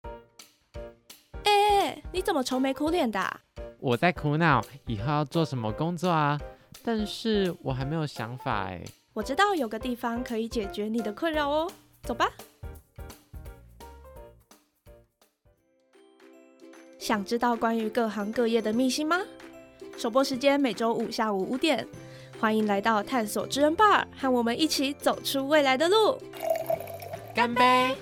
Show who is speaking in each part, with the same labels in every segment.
Speaker 1: 姐，哎你怎么愁眉苦脸的啊、
Speaker 2: 我在苦恼以后要做什么工作啊，但是我还没有想法哎。
Speaker 1: 我知道有个地方可以解决你的困扰哦，走吧。想知道关于各行各业的秘辛吗？首播时间每周五下午五点，欢迎来到探索知恩 bar，和我们一起走出未来的路。
Speaker 2: 干杯！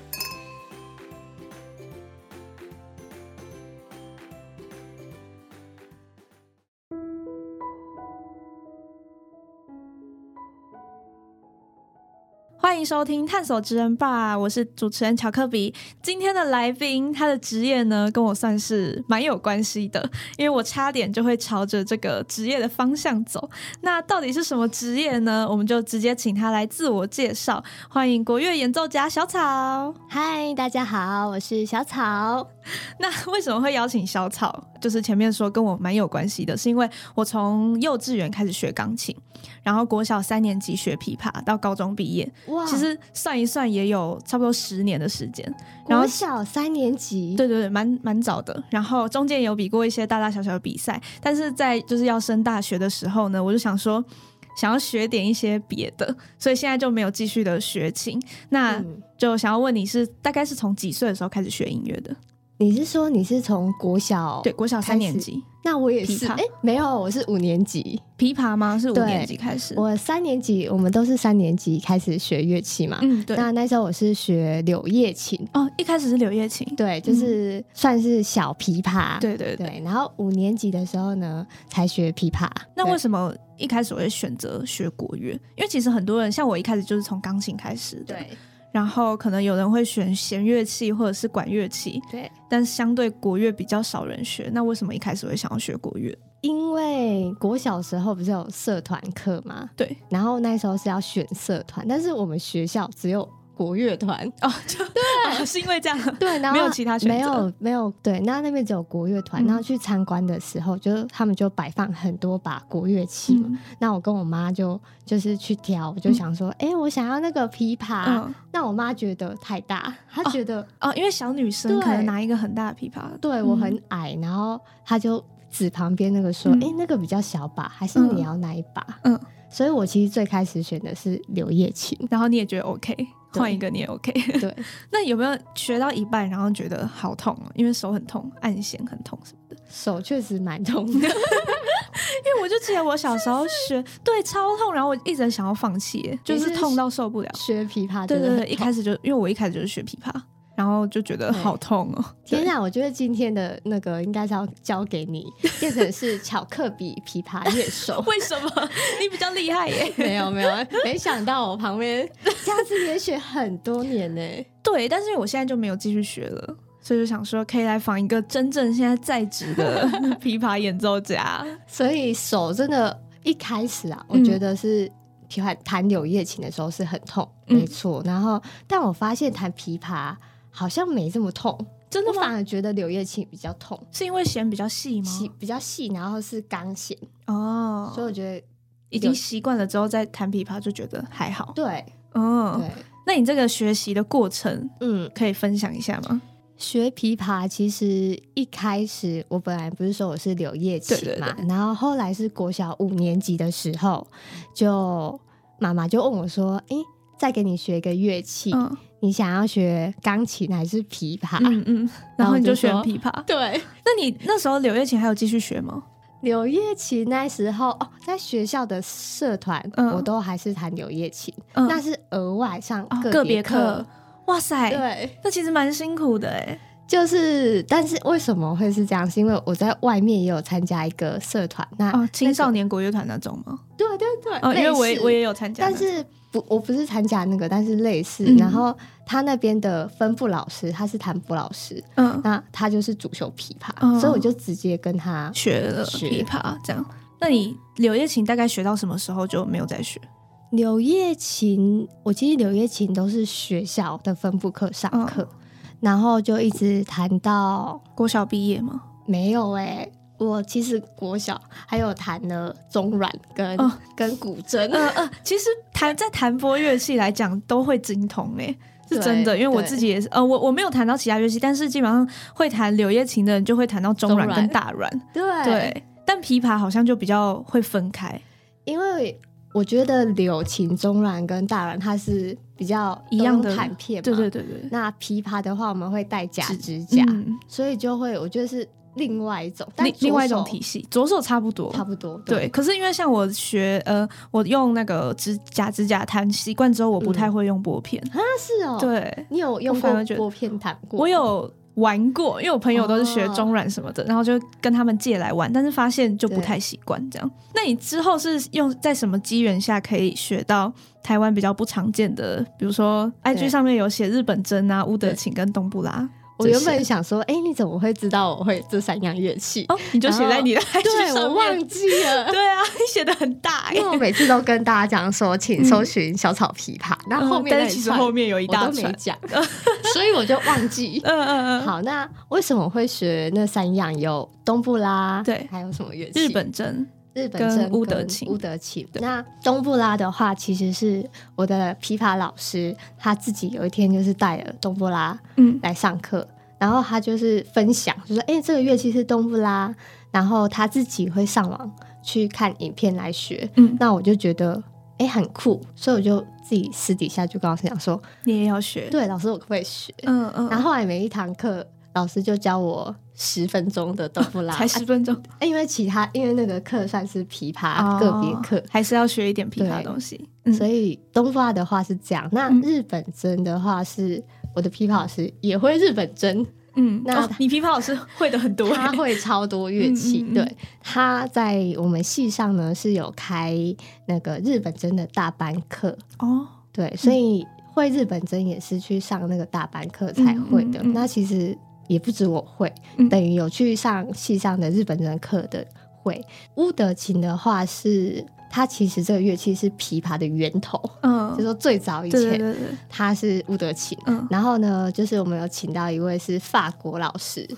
Speaker 1: 欢迎收听《探索职人吧》，我是主持人乔克比。今天的来宾，他的职业呢，跟我算是蛮有关系的，因为我差点就会朝着这个职业的方向走。那到底是什么职业呢？我们就直接请他来自我介绍。欢迎国乐演奏家小草。
Speaker 3: 嗨，大家好，我是小草。
Speaker 1: 那为什么会邀请小草？就是前面说跟我蛮有关系的，是因为我从幼稚园开始学钢琴，然后国小三年级学琵琶，到高中毕业，
Speaker 3: 哇
Speaker 1: 其实算一算也有差不多十年的时间。然后
Speaker 3: 国小三年级，
Speaker 1: 对对对，蛮蛮早的。然后中间有比过一些大大小小的比赛，但是在就是要升大学的时候呢，我就想说想要学点一些别的，所以现在就没有继续的学琴。那
Speaker 3: 嗯
Speaker 1: 就想要问你是大概是从几岁的时候开始学音乐的？
Speaker 3: 你是说你是从国小？
Speaker 1: 对，，国小三年级。
Speaker 3: 那我也
Speaker 1: 琵
Speaker 3: 是。
Speaker 1: 琶
Speaker 3: 哎，没有，我是五年级。
Speaker 1: 琵琶吗？是五
Speaker 3: 对
Speaker 1: 年级开始。
Speaker 3: 我三年级，我们都是三年级开始学乐器嘛。
Speaker 1: 嗯，对。
Speaker 3: 那那时候我是学柳叶琴，
Speaker 1: 哦，一开始是柳叶琴。
Speaker 3: 对，就是算是小琵琶。
Speaker 1: 嗯对对对。
Speaker 3: 对，然后五年级的时候呢，才学琵琶。
Speaker 1: 那
Speaker 3: 对
Speaker 1: 为什么一开始我会选择学国乐？因为其实很多人像我一开始就是从钢琴开始的，
Speaker 3: 对
Speaker 1: 然后可能有人会选弦乐器或者是管乐器，
Speaker 3: 对，
Speaker 1: 但相对国乐比较少人学。那为什么一开始会想要学国乐？
Speaker 3: 因为国小时候不是有社团课吗？
Speaker 1: 对，
Speaker 3: 然后那时候是要选社团，但是我们学校只有国乐 团，
Speaker 1: 哦，就对、哦是因为这样。
Speaker 3: 对，然后
Speaker 1: 没有其他选择
Speaker 3: 没有没有，对，那那边只有国乐团。
Speaker 1: 嗯
Speaker 3: 然后去参观的时候，就是他们就摆放很多把国乐器嘛。
Speaker 1: 嗯
Speaker 3: 那我跟我妈就就是去挑，我就想说，哎、我想要那个琵琶。
Speaker 1: 嗯
Speaker 3: 那我妈觉得太大，她觉得、
Speaker 1: 哦，因为小女生
Speaker 3: 对
Speaker 1: 可能拿一个很大的琵琶，
Speaker 3: 对我很矮，然后她就指旁边那个说，
Speaker 1: 嗯
Speaker 3: 哎、那个比较小把，还是
Speaker 1: 嗯
Speaker 3: 你要那一把？
Speaker 1: 嗯，
Speaker 3: 所以我其实最开始选的是柳叶琴。
Speaker 1: 然后你也觉得 OK，
Speaker 3: 对
Speaker 1: 换一个你也 OK。
Speaker 3: 对，
Speaker 1: 那有没有学到一半，然后觉得好痛哦？因为手很痛，按弦很痛什么的。
Speaker 3: 手确实蛮痛 的。
Speaker 1: 因为我就记得我小时候学，对，超痛，然后我一直想要放弃耶，就
Speaker 3: 你
Speaker 1: 是
Speaker 3: 是
Speaker 1: 痛到受不了。
Speaker 3: 学琵琶
Speaker 1: 对
Speaker 3: 真
Speaker 1: 对
Speaker 3: 的很
Speaker 1: 对，一开始就因为我一开始就是学琵琶，然后就觉得
Speaker 3: 对
Speaker 1: 好痛哦。。
Speaker 3: 天啊哪！我觉得今天的那个应该是要交给你，变成是巧克力琵琶乐手
Speaker 1: 为什 么你比较厉害耶？
Speaker 3: 没有没有，没想到我旁边 这样子也学很多年呢、
Speaker 1: 对，但是我现在就没有继续学了。所以就想说，可以来访一个真正现在在职的 琵琶演奏家。
Speaker 3: 所以手真的，一开始啊，我
Speaker 1: 嗯
Speaker 3: 觉得是琵琶弹柳叶琴的时候是很痛，
Speaker 1: 嗯
Speaker 3: 没错。然后，但我发现弹琵琶好像没这么痛，
Speaker 1: 真
Speaker 3: 我反？而觉得柳叶琴比较痛，
Speaker 1: 是因为弦比较细吗？
Speaker 3: 细比较细，然后是钢弦，所以
Speaker 1: 哦，
Speaker 3: 我觉得
Speaker 1: 已经习惯了之后再弹琵琶就觉得还好。
Speaker 3: 对
Speaker 1: 嗯，
Speaker 3: 对，
Speaker 1: 那你这个学习的过程
Speaker 3: 嗯。
Speaker 1: 可以分享一下吗？
Speaker 3: 学琵琶其实一开始，我本来不是说我是柳叶琴
Speaker 1: 对对
Speaker 3: 嘛，然后后来是国小五年级的时候，就妈妈就问我说：“诶，再给你学一个乐器，
Speaker 1: 嗯
Speaker 3: 你想要学钢琴还是琵琶？”
Speaker 1: 嗯嗯，然
Speaker 3: 然
Speaker 1: 后
Speaker 3: 后
Speaker 1: 你
Speaker 3: 你
Speaker 1: 就
Speaker 3: 就
Speaker 1: 选
Speaker 3: 说
Speaker 1: 琵琶。
Speaker 3: 对，
Speaker 1: 那你那时候柳叶琴还有继续学吗？
Speaker 3: 柳叶琴那时候哦，在学校的社团，
Speaker 1: 嗯
Speaker 3: 我都还是弹柳叶琴，
Speaker 1: 嗯
Speaker 3: 那是额外上
Speaker 1: 哦
Speaker 3: 个
Speaker 1: 别
Speaker 3: 别
Speaker 1: 课，哎哇塞，
Speaker 3: 对，
Speaker 1: 那其实蛮辛苦的哎。
Speaker 3: 就是，但是为什么会是这样？是因为我在外面也有参加一个社团，那、
Speaker 1: 哦，青少年国乐团那种吗？
Speaker 3: 对对对，
Speaker 1: 哦，因为我也我也
Speaker 3: 有，
Speaker 1: 有参加那
Speaker 3: 但
Speaker 1: 种，
Speaker 3: 是不，我不是参加那个，但是类似。
Speaker 1: 嗯
Speaker 3: 然后他那边的分部老师，他是弹拨老师，
Speaker 1: 嗯，
Speaker 3: 那他就是主修琵琶，
Speaker 1: 哦
Speaker 3: 所以我就直接跟他。
Speaker 1: 学了
Speaker 3: 学
Speaker 1: 琵琶这样。那你柳叶琴大概学到什么时候就没有再学？
Speaker 3: 柳叶琴，我其实柳叶琴都是学校的分部课上课，然后就一直弹到
Speaker 1: 国小毕业吗？
Speaker 3: 没有哎、我其实国小还有弹了中阮跟、
Speaker 1: 哦
Speaker 3: 跟古筝，
Speaker 1: 呃呃，其实弹在弹拨乐器来讲都会精通哎，是真的，
Speaker 3: 对
Speaker 1: 因为我
Speaker 3: 对
Speaker 1: 自己也是，呃，我我没有弹到其他乐器，但是基本上会弹柳叶琴的人就会弹到中哎
Speaker 3: 中
Speaker 1: 阮
Speaker 3: 阮
Speaker 1: 跟大阮，
Speaker 3: 对，
Speaker 1: 对，但琵琶好像就比较会分开，
Speaker 3: 因为我觉得柳琴、中阮跟大阮它是比较
Speaker 1: 一样的
Speaker 3: 都用弹片嘛，
Speaker 1: 对对对对，
Speaker 3: 那琵琶的话，我们会带假
Speaker 1: 指
Speaker 3: 指甲，
Speaker 1: 嗯
Speaker 3: 所以就会我觉得是另外一种，但
Speaker 1: 另
Speaker 3: 左
Speaker 1: 另外一种
Speaker 3: 手
Speaker 1: 体系，左手差不多，
Speaker 3: 差不多。
Speaker 1: 对，，可是因为像我学呃，我用那个指甲指甲弹习惯之后，我不
Speaker 3: 嗯
Speaker 1: 太会用拨片。
Speaker 3: 啊是哦，，
Speaker 1: 对，
Speaker 3: 你有用
Speaker 1: 我反而
Speaker 3: 过
Speaker 1: 觉得
Speaker 3: 拨片弹过？
Speaker 1: 我，有玩过，因为我朋友都是学
Speaker 3: 哦
Speaker 1: 中软什么的，然后就跟他们借来玩，但是发现就不
Speaker 3: 对
Speaker 1: 太习惯这样。那你之后是用在什么机缘下可以学到台湾比较不常见的，比如说 IG
Speaker 3: 对
Speaker 1: 上面有写日本针啊、乌德
Speaker 3: 对
Speaker 1: 琴跟东布拉这
Speaker 3: 我
Speaker 1: 些？
Speaker 3: 原本想说，哎，你怎么会知道我会这三样乐器？
Speaker 1: 哦，你就写在你的 IG
Speaker 3: 啊对，
Speaker 1: 上
Speaker 3: 我
Speaker 1: 面
Speaker 3: 忘记 了。
Speaker 1: 对啊， 你写的很大耶
Speaker 3: 因为。我每次都跟大家讲说，请搜寻小草琵琶，那后
Speaker 1: 嗯
Speaker 3: 面
Speaker 1: 但
Speaker 3: 那
Speaker 1: 是
Speaker 3: 一
Speaker 1: 其实
Speaker 3: 串
Speaker 1: 后面有一
Speaker 3: 我
Speaker 1: 大
Speaker 3: 都没 嗯
Speaker 1: 串，
Speaker 3: 讲，所以我就忘记。
Speaker 1: 嗯嗯嗯，
Speaker 3: 好，那为什么会学那三样？有东布拉，
Speaker 1: 对
Speaker 3: 还有什么乐器？
Speaker 1: 日本针，
Speaker 3: 日本
Speaker 1: 跟
Speaker 3: 正
Speaker 1: 乌德琴
Speaker 3: 乌德琴。
Speaker 1: 对
Speaker 3: 那东布拉的话，其实是我的琵琶老师他自己有一天就是带了东布拉
Speaker 1: 嗯
Speaker 3: 来上课，然后他就是分享，就说：“哎、这个乐器是东布拉。”然后他自己会上网去看影片来学。
Speaker 1: 嗯，
Speaker 3: 那我就觉得哎、很酷，所以我就自己私底下就跟老师讲说
Speaker 1: 你也要：“学，
Speaker 3: 对，老师，我可不可以学？”
Speaker 1: 嗯嗯，
Speaker 3: 然后后来每一堂课，老师就教我十分钟的东布拉，
Speaker 1: 才十分钟
Speaker 3: 哎因为其他因为那个课算是琵琶啊个别课
Speaker 1: 哦，还是要学一点琵琶
Speaker 3: 对
Speaker 1: 东西，嗯
Speaker 3: 所以东布拉的话是这样。那
Speaker 1: 嗯
Speaker 3: 日本针的话是我的琵琶老师也会日本针，
Speaker 1: 嗯，
Speaker 3: 那
Speaker 1: 哦你琵琶老师会的很多
Speaker 3: 他
Speaker 1: 欸，
Speaker 3: 会超多乐器。
Speaker 1: 嗯嗯嗯
Speaker 3: 对，他在我们系上呢是有开那个日本针的大班课，
Speaker 1: 哦，
Speaker 3: 对，所以会日本针也是去上那个大班课才会的。
Speaker 1: 嗯嗯嗯
Speaker 3: 那其实也不止我会，
Speaker 1: 嗯
Speaker 3: 等于有去上系上的日本针课的会。乌德琴的话是，它其实这个乐器是琵琶的源头，
Speaker 1: 嗯，
Speaker 3: 就说最早以
Speaker 1: 对对
Speaker 3: 前
Speaker 1: 对对，
Speaker 3: 它是乌德琴。
Speaker 1: 嗯，
Speaker 3: 然后呢，就是我们有请到一位是法国老师，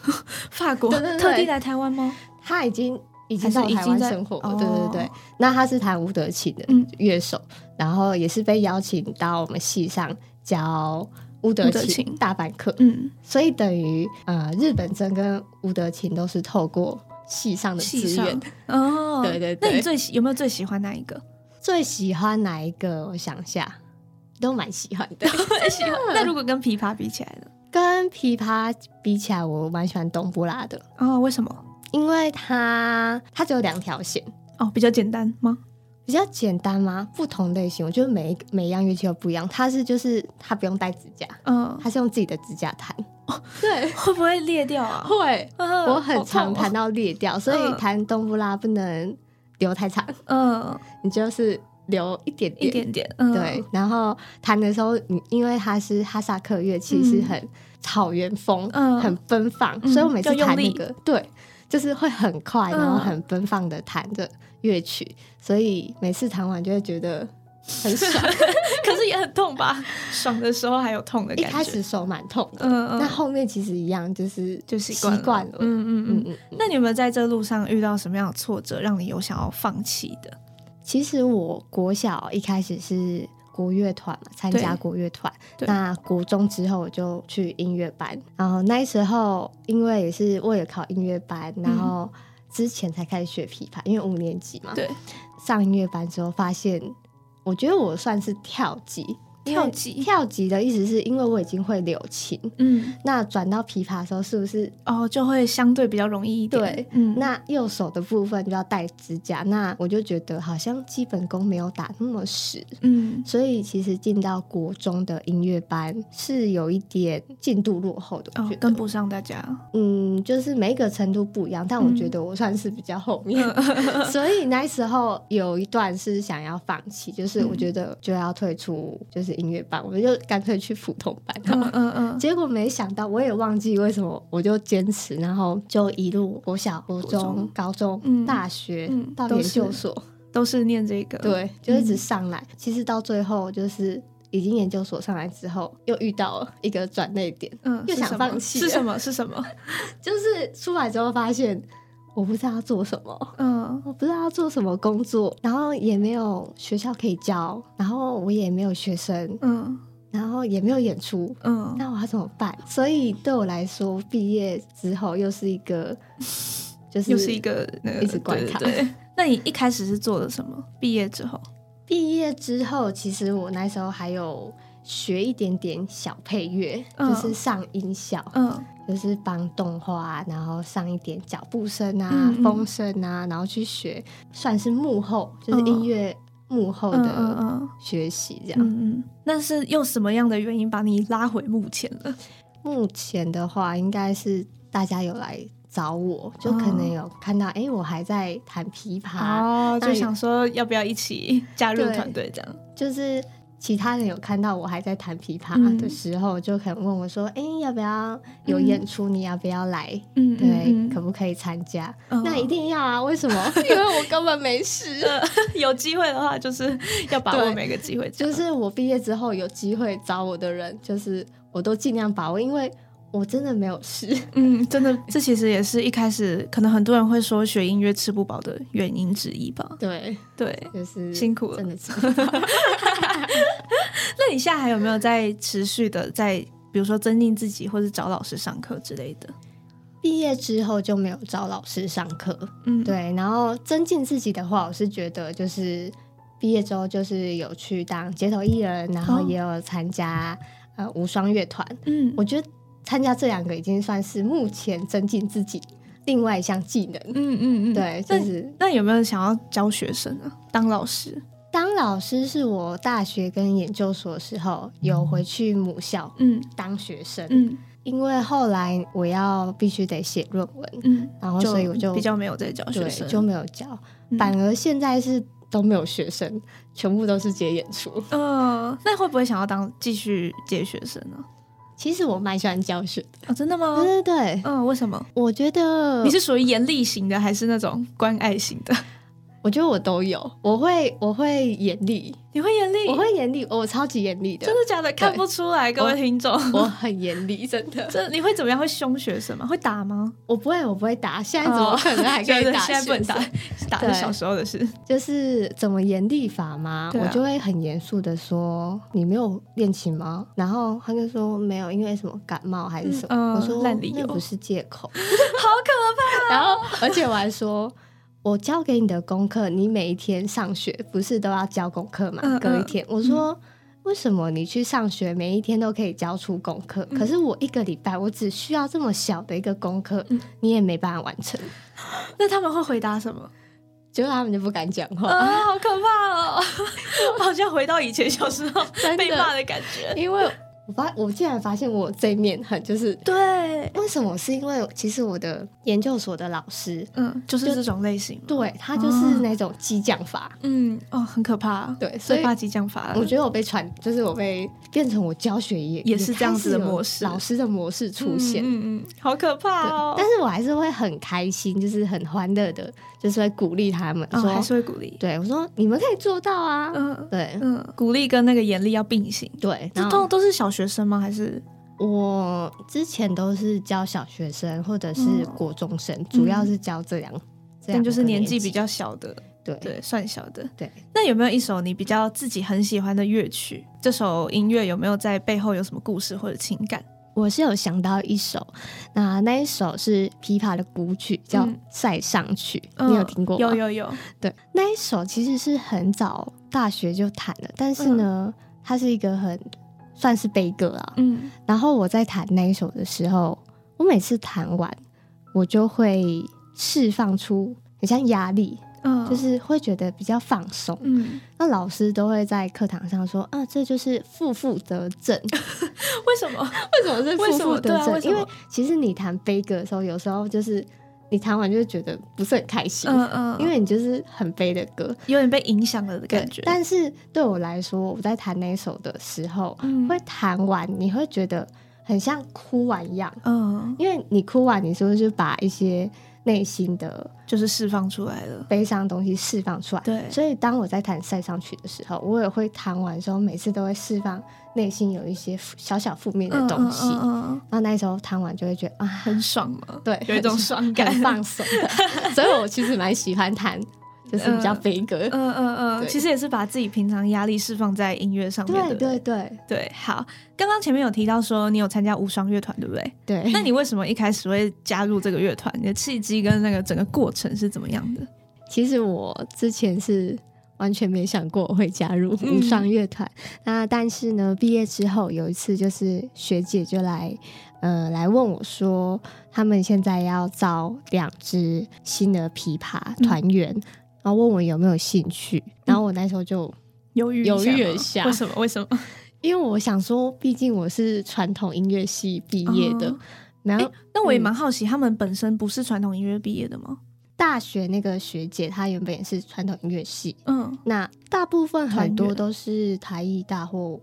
Speaker 1: 法国
Speaker 3: 对对对
Speaker 1: 特地来台湾吗？
Speaker 3: 他已经已
Speaker 1: 还
Speaker 3: 经
Speaker 1: 是
Speaker 3: 到
Speaker 1: 已
Speaker 3: 台
Speaker 1: 经
Speaker 3: 湾
Speaker 1: 在
Speaker 3: 生活了，
Speaker 1: 哦
Speaker 3: 对对对。那他是弹乌德琴的
Speaker 1: 嗯
Speaker 3: 乐手，然后也是被邀请到我们系上教乌德
Speaker 1: 乌德
Speaker 3: 琴
Speaker 1: 琴
Speaker 3: 大班课，
Speaker 1: 嗯，
Speaker 3: 所以等于呃日本筝跟乌德琴都是透过系上的
Speaker 1: 系
Speaker 3: 资
Speaker 1: 上
Speaker 3: 源。
Speaker 1: 哦，
Speaker 3: 对对对
Speaker 1: 那你最喜有没有最喜欢哪一个？
Speaker 3: 最喜欢哪一个？我想一下，都蛮喜欢 的。
Speaker 1: 喜欢。那如果跟琵琶比起来呢？
Speaker 3: 跟琵琶比起来，我蛮喜欢东布拉的，
Speaker 1: 哦，为什么？
Speaker 3: 因为它它只有两条弦。
Speaker 1: 哦，比较简单吗？
Speaker 3: 比较简单吗？不同类型，我觉得每一个每一样乐器都不一样。它是就是它不用带指甲，
Speaker 1: 嗯，
Speaker 3: 它是用自己的指甲弹。哦对，
Speaker 1: 会不会裂掉啊？
Speaker 3: 会，
Speaker 1: 啊
Speaker 3: 我很常，
Speaker 1: 好
Speaker 3: 弹
Speaker 1: 痛
Speaker 3: 到裂掉，所以
Speaker 1: 嗯
Speaker 3: 弹冬不拉不能留太长，
Speaker 1: 哦嗯，
Speaker 3: 你就是留一点点。
Speaker 1: 一点点，嗯，
Speaker 3: 对，然后弹的时候，你因为它是哈萨克乐器，
Speaker 1: 嗯
Speaker 3: 是很草原风，
Speaker 1: 嗯
Speaker 3: 很奔放，
Speaker 1: 嗯
Speaker 3: 所以我每次
Speaker 1: 要用
Speaker 3: 弹那
Speaker 1: 力
Speaker 3: 个，对，就是会很快，
Speaker 1: 嗯
Speaker 3: 然后很奔放的弹着乐曲，所以每次弹完就会觉得 很爽。
Speaker 1: 可是也很痛吧？爽的时候还有痛的
Speaker 3: 一
Speaker 1: 感觉。
Speaker 3: 开始手蛮痛的，
Speaker 1: 嗯，嗯
Speaker 3: 那后面其实一样，就是
Speaker 1: 就习
Speaker 3: 习
Speaker 1: 惯
Speaker 3: 惯了。嗯
Speaker 1: 嗯嗯
Speaker 3: 嗯
Speaker 1: 嗯。
Speaker 3: 嗯嗯。
Speaker 1: 那你有没有在这路上遇到什么样的挫折，让你有想要放弃的？
Speaker 3: 其实我国小一开始是国乐团嘛，参加
Speaker 1: 对
Speaker 3: 国乐团。
Speaker 1: 对
Speaker 3: 那国中之后我就去音乐班，然后那时候因为也是为了考音乐班，
Speaker 1: 嗯
Speaker 3: 然后之前才开始学琵琶，因为五年级嘛。
Speaker 1: 对，
Speaker 3: 上音乐班之后发现，我觉得我算是跳级。因为
Speaker 1: 跳级
Speaker 3: 跳级的意思是因为我已经会柳琴，
Speaker 1: 嗯，
Speaker 3: 那转到琵琶的时候是不是
Speaker 1: 哦，就会相对比较容易一点。
Speaker 3: 对
Speaker 1: 嗯，
Speaker 3: 那右手的部分就要戴指甲，那我就觉得好像基本功没有打那么实，
Speaker 1: 嗯
Speaker 3: 所以其实进到国中的音乐班是有一点进度落后的，我
Speaker 1: 哦
Speaker 3: 嗯觉，得，
Speaker 1: 跟不上大家。
Speaker 3: 嗯，就是每一个程度不一样，但我
Speaker 1: 嗯
Speaker 3: 觉得我算是比较后 面，所以那时候有一段是想要放弃，就是我觉得就要退出就是音乐班，我们就干脆去普通班好了
Speaker 1: 嗯嗯 嗯，
Speaker 3: 结果没想到，我也忘记为什么我就坚持，然后就一路国小、国
Speaker 1: 国
Speaker 3: 中
Speaker 1: 中、
Speaker 3: 高中、
Speaker 1: 嗯
Speaker 3: 大学、
Speaker 1: 嗯
Speaker 3: 到
Speaker 1: 都
Speaker 3: 研
Speaker 1: 是
Speaker 3: 究所，
Speaker 1: 都是念这个。，
Speaker 3: 对，就一直上来。其实到最后就是已经研究所上来之后，又遇到一个转捩点，
Speaker 1: 嗯，
Speaker 3: 又
Speaker 1: 是
Speaker 3: 想
Speaker 1: 什么
Speaker 3: 放弃
Speaker 1: 是
Speaker 3: 了
Speaker 1: 什么？是什么？
Speaker 3: 就是出来之后发现我不知道要做什么。
Speaker 1: 嗯
Speaker 3: 我不知道要做什么工作，然后也没有学校可以教，然后我也没有学生，
Speaker 1: 嗯
Speaker 3: 然后也没有演出，
Speaker 1: 嗯，
Speaker 3: 那我要怎么办？所以对我来说，毕业之后又是一个，就是
Speaker 1: 又是一个那个
Speaker 3: 一直观察
Speaker 1: 对对对那你一开始是做了什么？毕业之后，
Speaker 3: 毕业之后，其实我那时候还有学一点点小配乐，
Speaker 1: 嗯
Speaker 3: 就是上音效，
Speaker 1: 嗯
Speaker 3: 就是帮动画啊，然后上一点脚步声啊、
Speaker 1: 嗯嗯
Speaker 3: 风声啊，然后去学，算是幕后，就是
Speaker 1: 嗯
Speaker 3: 音乐幕后
Speaker 1: 嗯嗯
Speaker 3: 的
Speaker 1: 嗯
Speaker 3: 学习这样。
Speaker 1: 嗯嗯，那是用什么样的原因把你拉回幕前了？
Speaker 3: 目前的话，应该是大家有来找我，就
Speaker 1: 哦
Speaker 3: 可能有看到，哎、我还在弹琵琶，
Speaker 1: 哦，
Speaker 3: 啊那
Speaker 1: 就
Speaker 3: 你
Speaker 1: 想说要不要一起加入
Speaker 3: 对
Speaker 1: 团队这样？
Speaker 3: 就是其他人有看到我还在弹琵琶
Speaker 1: 嗯
Speaker 3: 的时候，就可能问我说，哎、要不要有演出？你要不要来？
Speaker 1: 嗯，
Speaker 3: 对，
Speaker 1: 嗯嗯
Speaker 3: 可不可以参加？
Speaker 1: 嗯
Speaker 3: 那一定要啊！为什么？因为我根本没
Speaker 1: 啊
Speaker 3: 事。
Speaker 1: 有机会的话，就是要把握
Speaker 3: 对
Speaker 1: 每个机会这
Speaker 3: 就
Speaker 1: 样，
Speaker 3: 是我毕业之后有机会找我的人，就是我都尽量把握，因为我真的没有 事。
Speaker 1: 嗯，真的，这其实也是一开始可能很多人会说学音乐吃不饱的原因之一吧。
Speaker 3: 对，
Speaker 1: 对，
Speaker 3: 就 是
Speaker 1: 辛苦了
Speaker 3: 真的辛苦。
Speaker 1: 那你现在还有没有在持续的在，比如说增进自己，或是找老师上课之类的？
Speaker 3: 毕业之后就没有找老师上课，
Speaker 1: 嗯，
Speaker 3: 对，然后增进自己的话，我是觉得就是毕业之后就是有去当街头艺人，然后
Speaker 1: 哦
Speaker 3: 也有参加、呃无双乐团，
Speaker 1: 嗯，
Speaker 3: 我觉得参加这两个已经算是目前增进自己另外一项技能。
Speaker 1: 嗯嗯嗯，
Speaker 3: 对，
Speaker 1: 那
Speaker 3: 就是
Speaker 1: 那有没有想要教学生啊？当老师？
Speaker 3: 当老师是我大学跟研究所的时候有回去母校
Speaker 1: 嗯
Speaker 3: 当学生，
Speaker 1: 嗯
Speaker 3: 因为后来我要必须得写论文，
Speaker 1: 嗯，
Speaker 3: 然后所以我就
Speaker 1: 比较没有在教学
Speaker 3: 对
Speaker 1: 生，
Speaker 3: 就没有教，
Speaker 1: 嗯
Speaker 3: 反而现在是都没有学生，全部都是接演出。
Speaker 1: 嗯，那会不会想要当继续接学生呢？
Speaker 3: 其实我蛮喜欢教学的，
Speaker 1: 哦，真的吗？
Speaker 3: 对对对，
Speaker 1: 嗯，为什么？
Speaker 3: 我觉得
Speaker 1: 你是属于严厉型的，还是那种关爱型的？
Speaker 3: 我觉得我都有，我会我会严厉，
Speaker 1: 你会严厉？
Speaker 3: 我会严厉，我超级严厉的
Speaker 1: 哎真，的假的？看不出来，各位听众。
Speaker 3: 我很严厉，真 的，
Speaker 1: 这你会怎么样？会凶学生吗？会打吗？
Speaker 3: 我不会我不会打，现在怎么可能还可以
Speaker 1: 对
Speaker 3: 打
Speaker 1: 哦现在不能
Speaker 3: 学生
Speaker 1: 打， 打是
Speaker 3: 对
Speaker 1: 小时候的事。
Speaker 3: 就是怎么严厉法吗？
Speaker 1: 对啊
Speaker 3: 我就会很严肃的说：“你没有练琴吗？”然后他就说：“没有，因为什么感冒还是什么。
Speaker 1: 嗯嗯
Speaker 3: 我说：“
Speaker 1: 烂理由
Speaker 3: 那不是借 口。”好可
Speaker 1: 哦
Speaker 3: 怕、然后，而且我还说：“我交给你的功课，你每一天上学不是都要交功课嘛？
Speaker 1: 嗯嗯
Speaker 3: 隔一天。”我说。为什么你去上学，每一天都可以交出功课？
Speaker 1: 嗯
Speaker 3: 可是我一个礼拜，我只需要这么小的一个功课，
Speaker 1: 嗯
Speaker 3: 你也没办法完成。
Speaker 1: 那他们会回答什么？
Speaker 3: 结果他们就不敢讲话。
Speaker 1: 啊，好可怕哦！ 我好像回到以前小时 候
Speaker 3: 真的
Speaker 1: 被骂的感觉。
Speaker 3: 因为我发，我竟然发现我这一面很就是
Speaker 1: 对，
Speaker 3: 为什么？是因为其实我的研究所的老师，
Speaker 1: 嗯，就是这种类型。
Speaker 3: 对他就是
Speaker 1: 哦
Speaker 3: 那种激将法，
Speaker 1: 嗯，哦，很可怕。
Speaker 3: 对，所
Speaker 1: 最
Speaker 3: 以
Speaker 1: 怕激将法了。
Speaker 3: 我觉得我被传，就是我被变成我教学也
Speaker 1: 也是这样子的
Speaker 3: 也开始有
Speaker 1: 模式
Speaker 3: 老师的模式出现。
Speaker 1: 嗯嗯嗯，好可
Speaker 3: 对
Speaker 1: 怕哦。
Speaker 3: 但是我还是会很开心，就是很欢乐的，就是会鼓励他们
Speaker 1: 哦
Speaker 3: 说，
Speaker 1: 还是会鼓励。
Speaker 3: 对我说你们可以做到啊，
Speaker 1: 嗯
Speaker 3: 对
Speaker 1: 嗯，鼓励跟那个严厉要并行。
Speaker 3: 对。
Speaker 1: 这
Speaker 3: 然
Speaker 1: 通
Speaker 3: 后
Speaker 1: 常都是小学生吗？还是
Speaker 3: 我之前都是教小学生或者是
Speaker 1: 嗯
Speaker 3: 国中生，主要是教这两，这
Speaker 1: 但
Speaker 3: 样
Speaker 1: 就是年纪比较小的，
Speaker 3: 对
Speaker 1: 对，算小的。
Speaker 3: 对，
Speaker 1: 那有没有一首你比较自己很喜欢的乐曲？这首音乐有没有在背后有什么故事或者情感？
Speaker 3: 我是有想到一首，那那一首是琵琶的古曲，叫
Speaker 1: 嗯
Speaker 3: 《塞上曲》，
Speaker 1: 嗯
Speaker 3: 你有听过吗？
Speaker 1: 有。有有，
Speaker 3: 对，那一首其实是很早大学就弹了，但
Speaker 1: 嗯
Speaker 3: 是呢，它是一个很算是悲歌啊。
Speaker 1: 嗯，
Speaker 3: 然后我在弹那一首的时候，我每次弹完，我就会释放出很像压力，
Speaker 1: 嗯
Speaker 3: 就是会觉得比较放松。
Speaker 1: 嗯，
Speaker 3: 那老师都会在课堂上说：“啊，这就是负负得正。”
Speaker 1: 为什么？
Speaker 3: 为什么是
Speaker 1: 为
Speaker 3: 负
Speaker 1: 什么
Speaker 3: 负
Speaker 1: 对
Speaker 3: 得
Speaker 1: 啊
Speaker 3: 正？
Speaker 1: 为什
Speaker 3: 因
Speaker 1: 么
Speaker 3: 为其实你弹悲歌的时候，有时候就是你弹完就会觉得不是很开心，
Speaker 1: 嗯嗯，
Speaker 3: 因为你就是很悲的歌
Speaker 1: 有点被影响了的感觉
Speaker 3: 对。但是对我来说，我在弹那一首的时候，
Speaker 1: 嗯
Speaker 3: 会弹完你会觉得很像哭完一样，
Speaker 1: 嗯，
Speaker 3: 因为你哭完，你是不是就把一些内心的
Speaker 1: 就是释放出来了。
Speaker 3: 悲伤的东西释放出来？
Speaker 1: 对
Speaker 3: 所以当我在弹塞上去的时候，我也会弹完之后，每次都会释放内心有一些负小小负面的东西。
Speaker 1: 嗯嗯嗯嗯
Speaker 3: 然后那时候弹完就会觉得啊，
Speaker 1: 很爽吗？
Speaker 3: 对，
Speaker 1: 有一种爽感
Speaker 3: 很放松的，所以我其实蛮喜欢弹就是比较悲歌。
Speaker 1: 嗯嗯嗯，
Speaker 3: 对
Speaker 1: 其实也是把自己平常压力释放在音乐上面，
Speaker 3: 对
Speaker 1: 不对
Speaker 3: 对嗯对
Speaker 1: 对。好，刚刚前面有提到说你有参加无双乐团，对不对？
Speaker 3: 对，
Speaker 1: 那你为什么一开始会加入这个乐团？你的契机跟那个整个过程是怎么样的？
Speaker 3: 其实我之前是完全没想过我会加入
Speaker 1: 嗯
Speaker 3: 无双乐团。那但是呢，毕业之后有一次，就是学姐就来，呃，来问我说，他们现在要招两支新的琵琶
Speaker 1: 嗯
Speaker 3: 团员，然后问我有没有兴趣。然后我那时候就，
Speaker 1: 犹豫
Speaker 3: 犹豫
Speaker 1: 吗
Speaker 3: 一下
Speaker 1: 为什么？为 什么？
Speaker 3: 因为我想说，毕竟我是传统音乐系毕业的，
Speaker 1: 哦
Speaker 3: 然后
Speaker 1: 诶那我也蛮好奇，他们本身不是传统音乐毕业的吗？
Speaker 3: 大学那个学姐她原本也是传统音乐系，
Speaker 1: 嗯，
Speaker 3: 那大部分很
Speaker 1: 团
Speaker 3: 多
Speaker 1: 员
Speaker 3: 都是台艺大或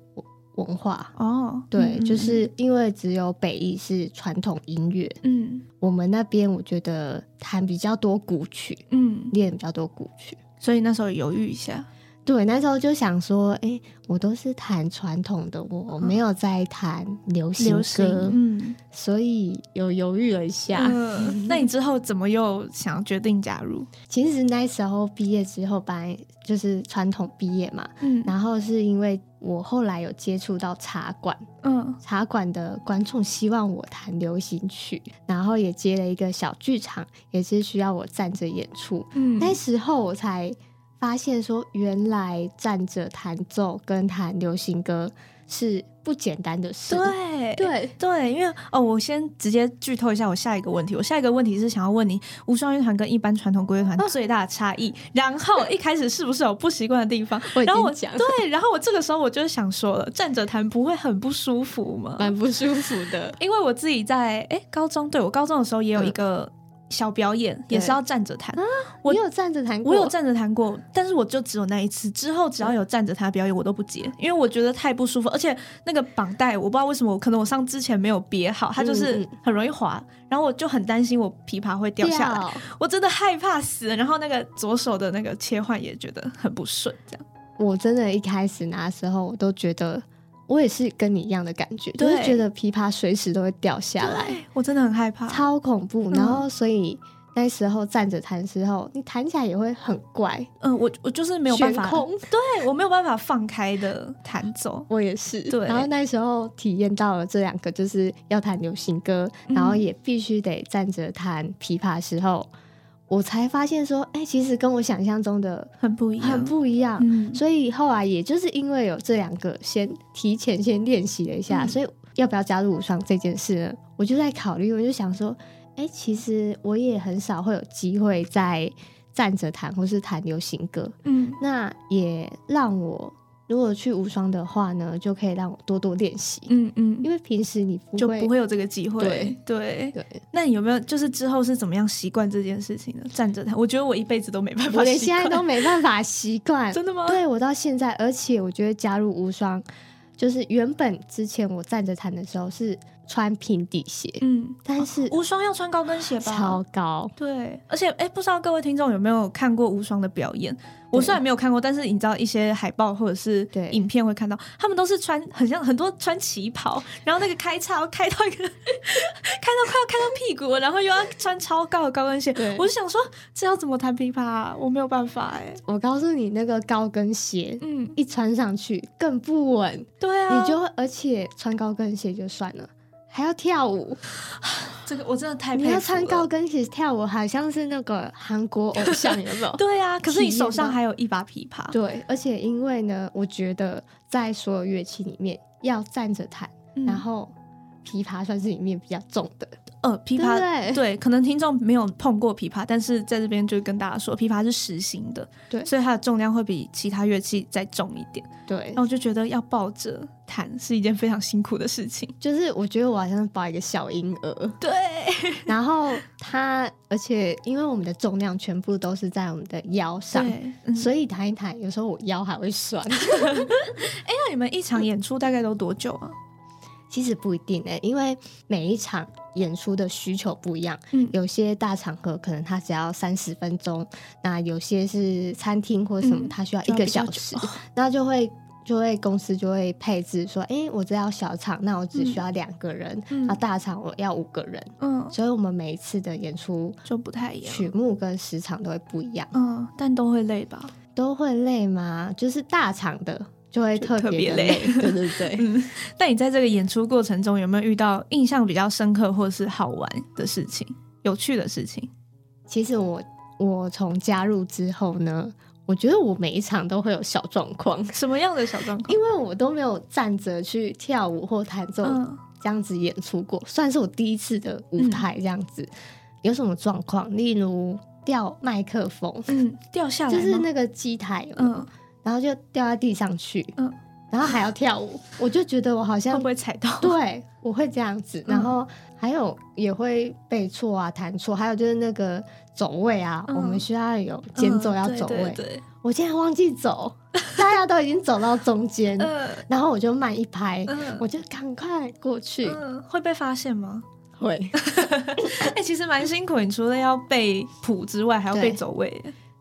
Speaker 3: 文化。
Speaker 1: 哦，
Speaker 3: 对，
Speaker 1: 嗯
Speaker 3: 就是因为只有北艺是传统音乐，
Speaker 1: 嗯
Speaker 3: 我们那边我觉得弹比较多古曲，
Speaker 1: 嗯，
Speaker 3: 练比较多古曲。
Speaker 1: 所以那时候犹豫一下，
Speaker 3: 对，那时候就想说，哎、我都是弹传统的，我没有在弹流行
Speaker 1: 嗯流
Speaker 3: 歌，
Speaker 1: 行，嗯
Speaker 3: 所以有犹豫了一下。
Speaker 1: 嗯，那你之后怎么又想决定加入？
Speaker 3: 其实那时候毕业之后，本来就是传统毕业嘛，
Speaker 1: 嗯
Speaker 3: 然后是因为我后来有接触到茶馆，
Speaker 1: 嗯
Speaker 3: 茶馆的观众希望我弹流行曲，然后也接了一个小剧场，也是需要我站着演出。
Speaker 1: 嗯
Speaker 3: 那时候我才发现说，原来站着弹奏跟弹流行歌是不简单的事。
Speaker 1: 对
Speaker 3: 对
Speaker 1: 对，因为哦，我先直接剧透一下我下一个问题。我下一个问题是想要问你，无双乐团跟一般传统国乐
Speaker 3: 哦
Speaker 1: 团最大的差异，然后一开始是不是有不习惯的地方？
Speaker 3: 我已
Speaker 1: 然后我
Speaker 3: 经讲了
Speaker 1: 对，然后我这个时候我就想说了，站着弹不会很不舒服吗？。
Speaker 3: 蛮不舒服的
Speaker 1: 因为我自己在哎高中，对我高中的时候也
Speaker 3: 嗯
Speaker 1: 有一个小表演，也是要站着弹。我
Speaker 3: 你有站着弹过？
Speaker 1: 我有站着弹过，但是我就只有那一次。之后只要有站着弹表演，我都不接，因为我觉得太不舒服。而且那个绑带，我不知道为什么，可能我上之前没有别好，它就是
Speaker 3: 嗯
Speaker 1: 很容易滑。然后我就很担心我琵琶会掉下来，
Speaker 3: 掉
Speaker 1: 我真的害怕死了。然后那个左手的那个切换也觉得很不顺，这样。
Speaker 3: 我真的一开始拿的时候，我都觉得我也是跟你一样的感觉，就是
Speaker 1: 对
Speaker 3: 觉得琵琶随时都会掉下来，
Speaker 1: 对，我真的很害怕。
Speaker 3: 超恐怖。
Speaker 1: 嗯
Speaker 3: 然后所以那时候站着弹的时候，你弹起来也会很怪，
Speaker 1: 嗯、我我就是没有办法
Speaker 3: 悬，空。
Speaker 1: 对我没有办法放开的弹奏。
Speaker 3: 我也是，
Speaker 1: 对
Speaker 3: 然后那时候体验到了这两个，就是要弹流行歌，
Speaker 1: 嗯
Speaker 3: 然后也必须得站着弹琵琶的时候，我才发现说，哎、其实跟我想象中的
Speaker 1: 很不一样，
Speaker 3: 很不一样。
Speaker 1: 嗯，
Speaker 3: 所以后来也就是因为有这两个先提前先练习了一下，
Speaker 1: 嗯
Speaker 3: 所以要不要加入无双这件事呢，我就在考虑，我就想说，哎、其实我也很少会有机会在站着弹或是弹流行歌，
Speaker 1: 嗯
Speaker 3: 那也让我如果去无双的话呢，就可以让我多多练习，
Speaker 1: 嗯嗯，
Speaker 3: 因为平时你不会
Speaker 1: 就不会有这个机会。
Speaker 3: 对
Speaker 1: 对
Speaker 3: 对，
Speaker 1: 那你有没有就是之后是怎么样习惯这件事情的？站着弹，我觉得我一辈子都没办法，，
Speaker 3: 我连现在都。没办法习 惯
Speaker 1: 真的吗？
Speaker 3: 对我到现在，而且我觉得加入无双，就是原本之前我站着弹的时候是穿平底鞋，
Speaker 1: 嗯，
Speaker 3: 但是
Speaker 1: 无双要穿高跟鞋吧？
Speaker 3: 超高，
Speaker 1: 对，而且哎、诶不知道各位听众有没有看过无双的表演？我虽然没有看过，但是你知道一些海报或者是
Speaker 3: 对
Speaker 1: 影片会看到，他们都是穿很像很多穿旗袍，然后那个开叉要开到一个 开到快要开到屁股了，然后又要穿超高的高跟鞋
Speaker 3: 对。
Speaker 1: 我就想说，这要怎么弹琵琶啊、我没有办法哎、
Speaker 3: 我告诉你，那个高跟鞋
Speaker 1: 嗯，
Speaker 3: 一穿上去更不稳，
Speaker 1: 对啊，
Speaker 3: 你就会，而且穿高跟鞋就算了。还要跳舞，
Speaker 1: 这个我真的太佩
Speaker 3: 你
Speaker 1: 服
Speaker 3: 要
Speaker 1: 了
Speaker 3: 穿高。跟鞋跳舞，好像是那个韩国偶像，有没有？
Speaker 1: 对啊，可是你
Speaker 3: 体验
Speaker 1: 手上
Speaker 3: 到
Speaker 1: 还有一把琵琶。
Speaker 3: 对，而且因为呢，我觉得在所有乐器里面，要站着弹，
Speaker 1: 嗯
Speaker 3: 然后琵琶算是里面比较重的，
Speaker 1: 呃，琵
Speaker 3: 对
Speaker 1: 琶
Speaker 3: 不对
Speaker 1: 对，可能听众没有碰过琵琶，但是在这边就跟大家说，琵琶是实心的，
Speaker 3: 对
Speaker 1: 所以它的重量会比其他乐器再重一点。
Speaker 3: 对
Speaker 1: 然后，我就觉得要抱着弹是一件非常辛苦的事情。，
Speaker 3: 就是我觉得我好像抱一个小婴儿
Speaker 1: 对，
Speaker 3: 然后它，而且因为我们的重量全部都是在我们的腰上，
Speaker 1: 对，嗯
Speaker 3: 所以弹一弹，有时候我腰还会酸。
Speaker 1: 那你们一场演出大概都多久啊？
Speaker 3: 其实不一定诶、因为每一场演出的需求不一样，
Speaker 1: 嗯
Speaker 3: 有些大场合可能它只要三十分钟，那有些是餐厅或什么，
Speaker 1: 嗯哦
Speaker 3: 它需要一个小时，那就会就会公司就会配置说，哎、我知道小厂，那我只需要两个人，
Speaker 1: 嗯
Speaker 3: 啊，大厂我要五个人，
Speaker 1: 嗯，
Speaker 3: 所以我们每一次的演出
Speaker 1: 就不太一样。
Speaker 3: 曲目跟时长都会不一样，
Speaker 1: 嗯，但都会累吧？
Speaker 3: 都会累吗？就是大厂的就会
Speaker 1: 就
Speaker 3: 特
Speaker 1: 特别
Speaker 3: 别的
Speaker 1: 累
Speaker 3: 对对对。
Speaker 1: 但你在这个演出过程中有没有遇到印象比较深刻或是好玩的事情、有趣的事情？
Speaker 3: 其实我我从加入之后呢，我觉得我每一场都会有小状况，
Speaker 1: 什么样的小状况？
Speaker 3: 因为我都没有站着去跳舞或弹奏
Speaker 1: 嗯
Speaker 3: 这样子演出过，算是我第一次的舞台这样子。有什么状况？例如掉麦克风，
Speaker 1: 嗯，掉下来吗
Speaker 3: 就是那个机台有没有，
Speaker 1: 嗯，
Speaker 3: 然后就掉在地上去，
Speaker 1: 嗯
Speaker 3: 然后还要跳舞，我就觉得我好
Speaker 1: 会
Speaker 3: 像
Speaker 1: 不会踩到？
Speaker 3: 对，我会这样子，
Speaker 1: 嗯
Speaker 3: 然后还有也会背错啊、弹错，还有就是那个走位啊，
Speaker 1: 嗯
Speaker 3: 我们需要有间奏要
Speaker 1: 嗯
Speaker 3: 走位，
Speaker 1: 对对
Speaker 3: 我竟然忘记走，大家都已经走到中间，
Speaker 1: 对，嗯
Speaker 3: 然后我就慢一拍，
Speaker 1: 嗯，
Speaker 3: 我就赶快过去，
Speaker 1: 嗯会被发现吗？
Speaker 3: 会，
Speaker 1: 哎、其实蛮辛苦，你除了要背谱之外，还要背
Speaker 3: 对
Speaker 1: 走位，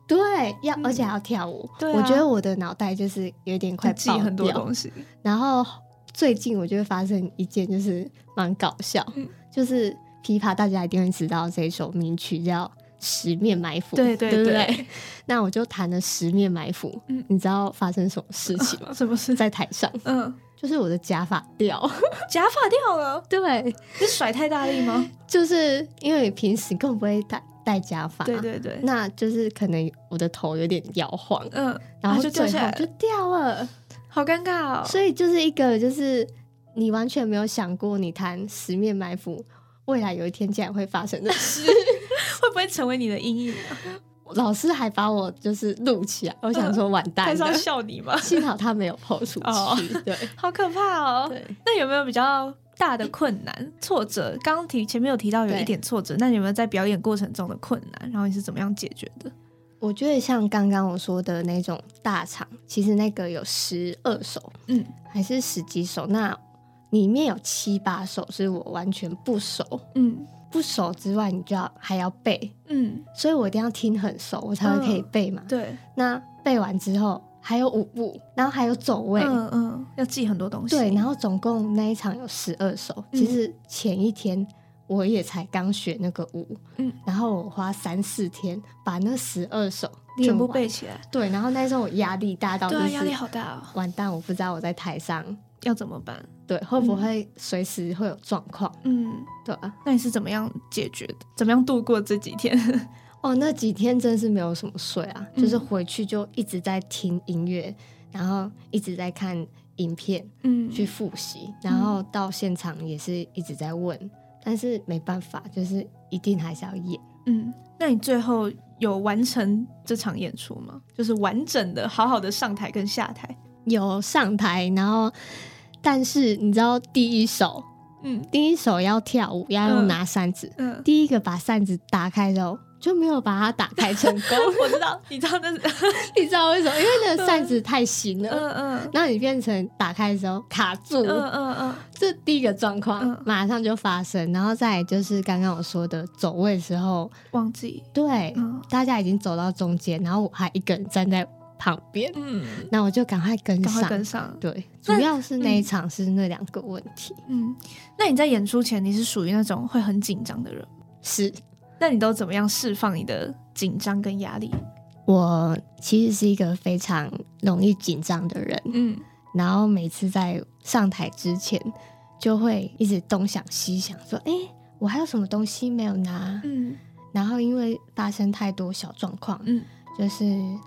Speaker 3: 对，要、
Speaker 1: 嗯
Speaker 3: 而且还要跳舞，
Speaker 1: 对啊
Speaker 3: 我觉得我的脑袋就是有点快
Speaker 1: 要记
Speaker 3: 爆
Speaker 1: 很多
Speaker 3: 掉，
Speaker 1: 东西。
Speaker 3: 然后最近我就会发生一件就是蛮搞笑，
Speaker 1: 嗯
Speaker 3: 就是琵琶大家一定会知道这一首名曲叫《十面埋伏》，
Speaker 1: 对
Speaker 3: 对
Speaker 1: 对
Speaker 3: 不对， 那我就弹了《十面埋伏》
Speaker 1: 嗯
Speaker 3: 你知道发生什么事情 吗？
Speaker 1: 什么事？
Speaker 3: 在台上，
Speaker 1: 嗯，
Speaker 3: 就是我的假发掉，
Speaker 1: 假发掉了，
Speaker 3: 对，
Speaker 1: 你甩太大力 吗？
Speaker 3: 就是因为平时更不会戴戴假发，
Speaker 1: 对对对，
Speaker 3: 那就是可能我的头有点摇晃，
Speaker 1: 嗯，
Speaker 3: 然后
Speaker 1: 就掉
Speaker 3: 最
Speaker 1: 下
Speaker 3: 后
Speaker 1: 来
Speaker 3: 就
Speaker 1: 了，
Speaker 3: 掉了。
Speaker 1: 好尴尬哦。
Speaker 3: 所以就是一个就是你完全没有想过，你谈十面埋伏，未来有一天竟然会发生的事。
Speaker 1: 会不会成为你的阴影啊？
Speaker 3: 老师还把我就是录起来，我想说完
Speaker 1: 他
Speaker 3: 蛋
Speaker 1: 是
Speaker 3: 了
Speaker 1: 要。笑你吗？
Speaker 3: 幸好他没有抛出
Speaker 1: 哦
Speaker 3: 去，对
Speaker 1: 好可怕哦。
Speaker 3: 对，
Speaker 1: 那有没有比较大的困难、挫折？刚刚提前面有提到有一
Speaker 3: 对
Speaker 1: 点挫折，那你有没有在表演过程中的困难？然后你是怎么样解决的？
Speaker 3: 我觉得像刚刚我说的那种大场，其实那个有十二首
Speaker 1: 嗯
Speaker 3: 还是十几首，那里面有七八首是我完全不熟，
Speaker 1: 嗯
Speaker 3: 不熟之外，你就要还要背，
Speaker 1: 嗯，
Speaker 3: 所以我一定要听很熟，我才会可以背嘛。
Speaker 1: 对，
Speaker 3: 那背完之后还有舞步，然后还有走位，
Speaker 1: 嗯嗯，要记很多东西。
Speaker 3: 对，然后总共那一场有十二首。
Speaker 1: 嗯
Speaker 3: 其实前一天我也才刚学那个舞，
Speaker 1: 嗯
Speaker 3: 然后我花三四天把那十二首练
Speaker 1: 全部
Speaker 3: 完
Speaker 1: 背。起来，
Speaker 3: 对，然后那时候我压力大到就
Speaker 1: 对啊，
Speaker 3: 是
Speaker 1: 压力好大哦，
Speaker 3: 完蛋，我不知道我在台上
Speaker 1: 要怎么办？
Speaker 3: 对会不会随时会有状况，
Speaker 1: 嗯，
Speaker 3: 对啊。
Speaker 1: 那你是怎么样解决的？怎么样度过这几天？
Speaker 3: 哦，那几天真是没有什么睡啊，
Speaker 1: 嗯
Speaker 3: 就是回去就一直在听音乐，然后一直在看影片，
Speaker 1: 嗯
Speaker 3: 去复习，然后到现场也是一直在问，但是没办法，就是一定还是要演。
Speaker 1: 嗯，那你最后有完成这场演出吗？就是完整的、好好的上台跟下台。
Speaker 3: 有上台，然后但是你知道第一首，
Speaker 1: 嗯
Speaker 3: 第一首要跳舞，要用拿扇子，
Speaker 1: 嗯，
Speaker 3: 第一个把扇子打开之后。就没有把它打开成 功，
Speaker 1: 我知道，你知道那是，
Speaker 3: 你知道为什么？因为那个扇子太新了，
Speaker 1: 嗯嗯
Speaker 3: 那你变成打开的时候卡住，
Speaker 1: 嗯嗯嗯
Speaker 3: 这第一个状
Speaker 1: 嗯
Speaker 3: 况马上就发生。然后再来就是刚刚我说的走位的时候，
Speaker 1: 忘记。
Speaker 3: 对，
Speaker 1: 嗯
Speaker 3: 大家已经走到中间，然后我还一个人站在旁边，
Speaker 1: 嗯，
Speaker 3: 那我就赶快跟
Speaker 1: 赶快
Speaker 3: 上。
Speaker 1: 跟上。
Speaker 3: 对，主
Speaker 1: 那
Speaker 3: 要是那一场是那两个问题，
Speaker 1: 嗯，那你在演出前你是属于那种会很紧张的人，
Speaker 3: 是
Speaker 1: 那你都怎么样释放你的紧张跟压力？
Speaker 3: 我其实是一个非常容易紧张的人，
Speaker 1: 嗯
Speaker 3: 然后每次在上台之前就会一直东想西想，说：“哎、我还有什么东西没有拿？”
Speaker 1: 嗯
Speaker 3: 然后因为发生太多小状况，
Speaker 1: 嗯
Speaker 3: 就是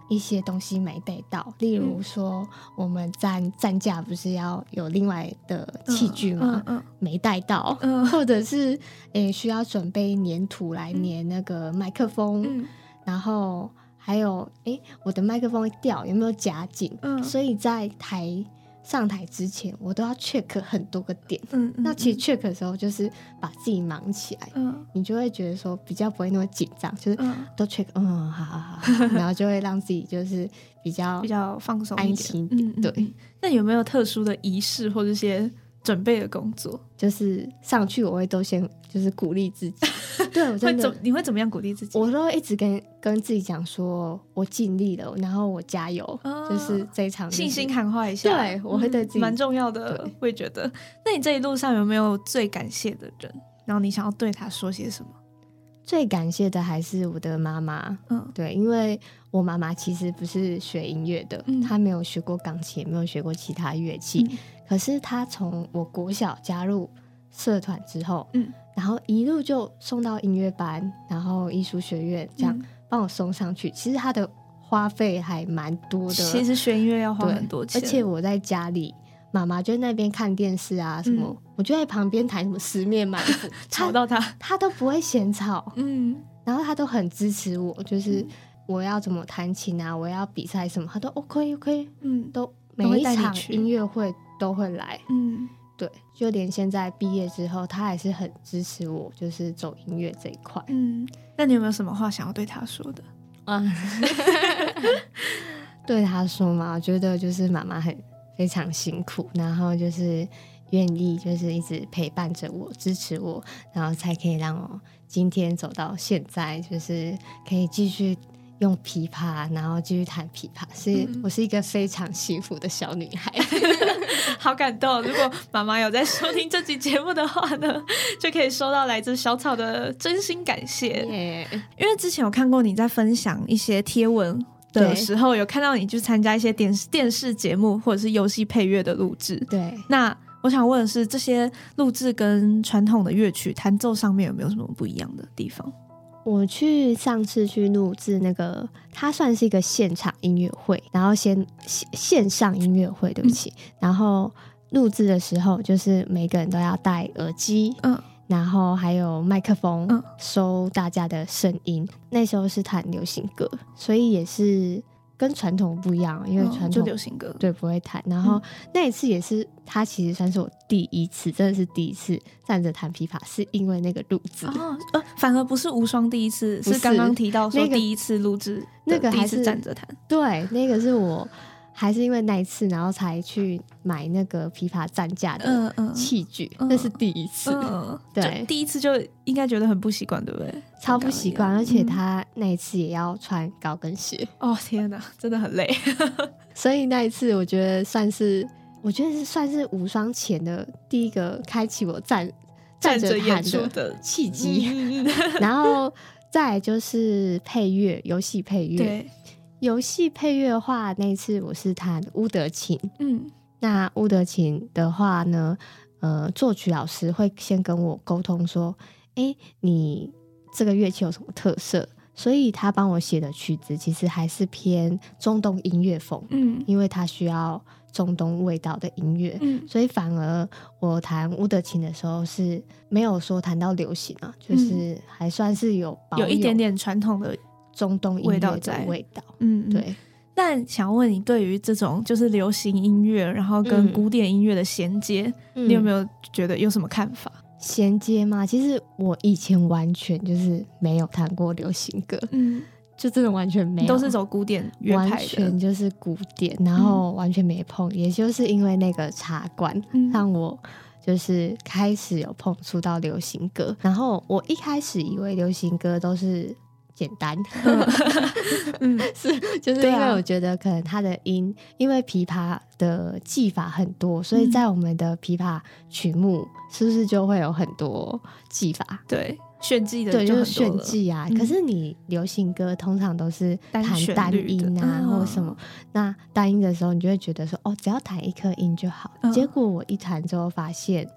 Speaker 3: 一些东西没背到，例
Speaker 1: 嗯
Speaker 3: 如说我们站站架不是要有另外的器具吗？
Speaker 1: 嗯
Speaker 3: 没带到，
Speaker 1: 嗯
Speaker 3: 或者是诶、需要准备粘土来
Speaker 1: 嗯
Speaker 3: 粘那个麦克风，
Speaker 1: 嗯
Speaker 3: 然后还有诶、我的麦克风会掉有没有夹紧？
Speaker 1: 嗯
Speaker 3: 所以在台上台之前，我都要 check 很多个点。
Speaker 1: 嗯，
Speaker 3: 那其实
Speaker 1: 实
Speaker 3: check 的时候，就是把自己忙起来，
Speaker 1: 嗯
Speaker 3: 你就会觉得说比较不会那么紧张，就是
Speaker 1: 嗯
Speaker 3: 都 check，嗯，好好好好，然后就会让自己就是比较
Speaker 1: 比较放松一
Speaker 3: 安
Speaker 1: 点。
Speaker 3: 心一
Speaker 1: 嗯
Speaker 3: 点，对，。
Speaker 1: 嗯那有没有特殊的仪式或者一些准备的工作？
Speaker 3: 就是上去我会都先就是鼓励自己，对，我
Speaker 1: 会
Speaker 3: 真的
Speaker 1: 怎你会怎么样鼓励自己？
Speaker 3: 我都一直跟跟自己讲说，我尽力了，然后我加油，
Speaker 1: 哦
Speaker 3: 就是这一场、就是、
Speaker 1: 信心喊话一下，嗯
Speaker 3: 对我会对自己
Speaker 1: 蛮、重要的
Speaker 3: 对，
Speaker 1: 我也觉得。那你这一路上有没有最感谢的人？然后你想要对他说些什么？
Speaker 3: 最感谢的还是我的妈妈，
Speaker 1: 嗯
Speaker 3: 对，因为我妈妈其实不是学音乐的，
Speaker 1: 嗯
Speaker 3: 她没有学过钢琴，也没有学过其他乐器，
Speaker 1: 嗯
Speaker 3: 可是她从我国小加入社团之后，
Speaker 1: 嗯，
Speaker 3: 然后一路就送到音乐班，然后艺术学院这样、
Speaker 1: 嗯
Speaker 3: 帮我送上去。其实她的花费还蛮多
Speaker 1: 嗯
Speaker 3: 的，
Speaker 1: 其实学音乐要花
Speaker 3: 对
Speaker 1: 很多钱，
Speaker 3: 而且我在家里，妈妈就在那边看电视啊什么，我就在旁边弹什么十面埋 伏，
Speaker 1: 嗯吵
Speaker 3: 她
Speaker 1: 到他，
Speaker 3: 她都不会嫌吵，
Speaker 1: 嗯，
Speaker 3: 然后她都很支持我，就是
Speaker 1: 嗯
Speaker 3: 我要怎么弹琴啊，我要比赛什么，她都 OK OK，
Speaker 1: 嗯
Speaker 3: 都每
Speaker 1: 都会
Speaker 3: 一
Speaker 1: 带你
Speaker 3: 场
Speaker 1: 去
Speaker 3: 音乐会都会来。
Speaker 1: 嗯，
Speaker 3: 对，就连现在毕业之后，她还是很支持我，就是走音乐这一块。
Speaker 1: 嗯，那你有没有什么话想要对他说的？
Speaker 3: 嗯，对他说嘛，我觉得就是妈妈很非常辛苦，然后就是愿意就是一直陪伴着我，支持我，然后才可以让我今天走到现在，就是可以继续。用琵琶，然后继续弹琵琶，是、
Speaker 1: 嗯
Speaker 3: 我是一个非常幸福的小女孩。
Speaker 1: 好感动！如果妈妈有在收听这期节目的话呢，就可以收到来自小草的真心感谢。
Speaker 3: 耶
Speaker 1: 因为之前有看过你在分享一些贴文的
Speaker 3: 对
Speaker 1: 时候，有看到你去参加一些电视电视节目或者是游戏配乐的录制。
Speaker 3: 对，
Speaker 1: 那我想问的是，这些录制跟传统的乐曲弹奏上面有没有什么不一样的地方？
Speaker 3: 我去上次去录制那个，它算是一个现场音乐会，然后先线线上音乐会，对不起。
Speaker 1: 嗯
Speaker 3: 然后录制的时候，就是每个人都要戴耳机，
Speaker 1: 嗯
Speaker 3: 然后还有麦克风，
Speaker 1: 嗯
Speaker 3: 收大家的声音。那时候是弹流行歌，所以也是跟传统不一样，因为
Speaker 1: 嗯
Speaker 3: 传
Speaker 1: 就
Speaker 3: 统、
Speaker 1: 流行嗯歌，
Speaker 3: 对不会弹。然后那一次也是，它其实算是我第一次，真的是第一次站着弹琵琶，是因为那个录制。
Speaker 1: 哦，呃，反而不是无双第一次，
Speaker 3: 不
Speaker 1: 是
Speaker 3: 是
Speaker 1: 刚刚提到说
Speaker 3: 那个
Speaker 1: 第一次录制的，
Speaker 3: 那个
Speaker 1: 第一
Speaker 3: 还
Speaker 1: 次
Speaker 3: 是
Speaker 1: 站着弹，
Speaker 3: 对，那个是我还是因为那一次，然后才去买那个琵琶站架的
Speaker 1: 嗯嗯。
Speaker 3: 器具，
Speaker 1: 嗯
Speaker 3: 那是第一呃次，
Speaker 1: 嗯，
Speaker 3: 对
Speaker 1: 就第一次就应该觉得很不习惯，对不对？
Speaker 3: 超不习惯。
Speaker 1: 嗯
Speaker 3: 而且他那一次也要穿高跟鞋，
Speaker 1: 哦天哪，真的很累。
Speaker 3: 所以那一次我觉得算是，我觉得是算是无双前的第一个开启我站
Speaker 1: 站
Speaker 3: 着
Speaker 1: 着演
Speaker 3: 弹
Speaker 1: 出的
Speaker 3: 契机。
Speaker 1: 嗯嗯嗯
Speaker 3: 然后再来就是配乐，游戏配乐，
Speaker 1: 对，
Speaker 3: 游戏配乐的话，那一次我是弹乌德琴。
Speaker 1: 嗯
Speaker 3: 那乌德琴的话呢，呃，作曲老师会先跟我沟通说，诶，你这个乐器有什么特色？所以他帮我写的曲子其实还是偏中东音乐风，
Speaker 1: 嗯
Speaker 3: 因为它需要中东味道的音乐。
Speaker 1: 嗯，
Speaker 3: 所以反而我弹乌德琴的时候是没有说弹到流行啊，就是还算是有保
Speaker 1: 嗯有一点
Speaker 3: 有
Speaker 1: 点传统的，
Speaker 3: 中东音乐
Speaker 1: 味道
Speaker 3: 的
Speaker 1: 在
Speaker 3: 味道。
Speaker 1: 嗯，
Speaker 3: 对，
Speaker 1: 但想问你，对于这种就是流行音乐，然后跟
Speaker 3: 嗯
Speaker 1: 古典音乐的衔接，你有没
Speaker 3: 有
Speaker 1: 有觉得有什么看法？
Speaker 3: 衔接吗？其实我以前完全就是没有弹过流行歌，
Speaker 1: 嗯，
Speaker 3: 就真的完全没有，
Speaker 1: 都是走古典乐
Speaker 3: 完
Speaker 1: 派
Speaker 3: 全
Speaker 1: 的。
Speaker 3: 就是古典，然后完全没碰，也就是因为那个茶馆
Speaker 1: 嗯
Speaker 3: 让我。就是开始有碰触到流行歌，然后我一开始以为流行歌都是简单，
Speaker 1: 嗯
Speaker 3: 是就是
Speaker 1: 对
Speaker 3: 因
Speaker 1: 啊
Speaker 3: 为我觉得可能它的音，因为琵琶的技法很多，所以
Speaker 1: 嗯
Speaker 3: 在我们的琵琶曲目是不是就会有很多技法？
Speaker 1: 对，炫技的
Speaker 3: 对，
Speaker 1: 就
Speaker 3: 就
Speaker 1: 很
Speaker 3: 是
Speaker 1: 多了
Speaker 3: 炫。技啊。
Speaker 1: 嗯
Speaker 3: 可是你流行歌通常都是
Speaker 1: 单
Speaker 3: 弹
Speaker 1: 旋
Speaker 3: 单
Speaker 1: 律的
Speaker 3: 音啊，
Speaker 1: 嗯
Speaker 3: 或者什么。那单音的时候，你就会觉得说，哦，只要弹一颗音就好。
Speaker 1: 嗯
Speaker 3: 结果我一弹之后发现，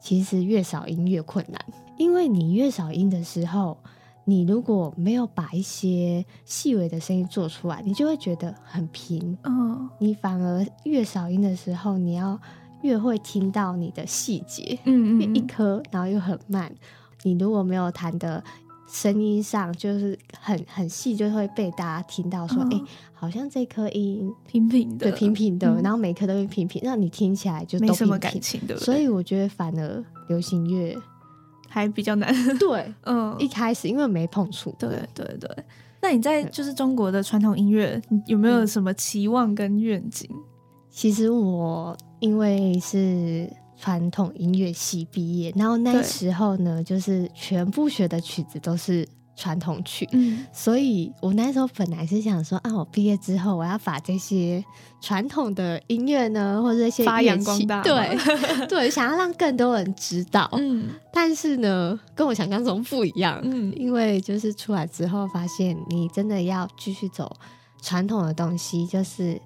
Speaker 3: 其实越少音越困难，因为你越少音的时候。你如果没有把一些细微的声音做出来，你就会觉得很平。
Speaker 1: 嗯
Speaker 3: 你反而越少音的时候，你要越会听到你的细节。因
Speaker 1: 嗯
Speaker 3: 为
Speaker 1: 嗯，
Speaker 3: 一颗，然后又很慢。你如果没有弹的声音上，就是很很细，就会被大家听到说，
Speaker 1: 嗯
Speaker 3: 哎、好像这颗音
Speaker 1: 平平的，
Speaker 3: 对平平的，
Speaker 1: 嗯
Speaker 3: 然后每颗都会平平，让你听起来就
Speaker 1: 没
Speaker 3: 都平
Speaker 1: 什么
Speaker 3: 平
Speaker 1: 感。情，对不对？
Speaker 3: 所以我觉得反而流行乐，
Speaker 1: 还比较难。
Speaker 3: 对，
Speaker 1: 嗯，
Speaker 3: 一开始因为没碰触，
Speaker 1: 对对对。那你在就是中国的传统音乐，你有没
Speaker 3: 嗯
Speaker 1: 有什么期望跟愿景？
Speaker 3: 其实我因为是传统音乐系毕业，然后那
Speaker 1: 对
Speaker 3: 时候呢，就是全部学的曲子都是传统曲，
Speaker 1: 嗯，
Speaker 3: 所以我那时候本来是想说啊，我毕业之后我要把这些传统的音乐呢，或者一些
Speaker 1: 发
Speaker 3: 乐
Speaker 1: 扬
Speaker 3: 器
Speaker 1: 光大
Speaker 3: 对 对，想要让更多人知道。
Speaker 1: 嗯
Speaker 3: 但是呢，跟我想象中不一样，
Speaker 1: 嗯
Speaker 3: 因为就是出来之后发现，你真的要继续走传统的东西，就是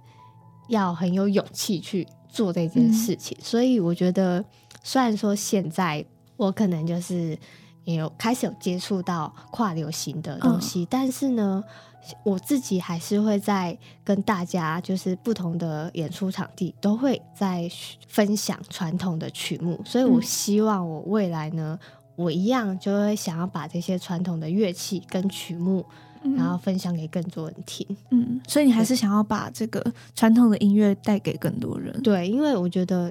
Speaker 3: 要很有勇气去做这
Speaker 1: 嗯
Speaker 3: 件事情。所以我觉得，虽然说现在我可能就是也有开始有接触到跨流行的东西，
Speaker 1: 嗯
Speaker 3: 但是呢。我自己还是会在跟大家，就是不同的演出场地，都会在分享传统的曲目，所以我
Speaker 1: 嗯
Speaker 3: 希望我未来呢，我一样就会想要把这些传统的乐器跟曲目，
Speaker 1: 嗯
Speaker 3: 然后分享给更多人听。
Speaker 1: 嗯，所以你还是想要把这个传统的音乐带给更多人。
Speaker 3: 对，因为我觉得，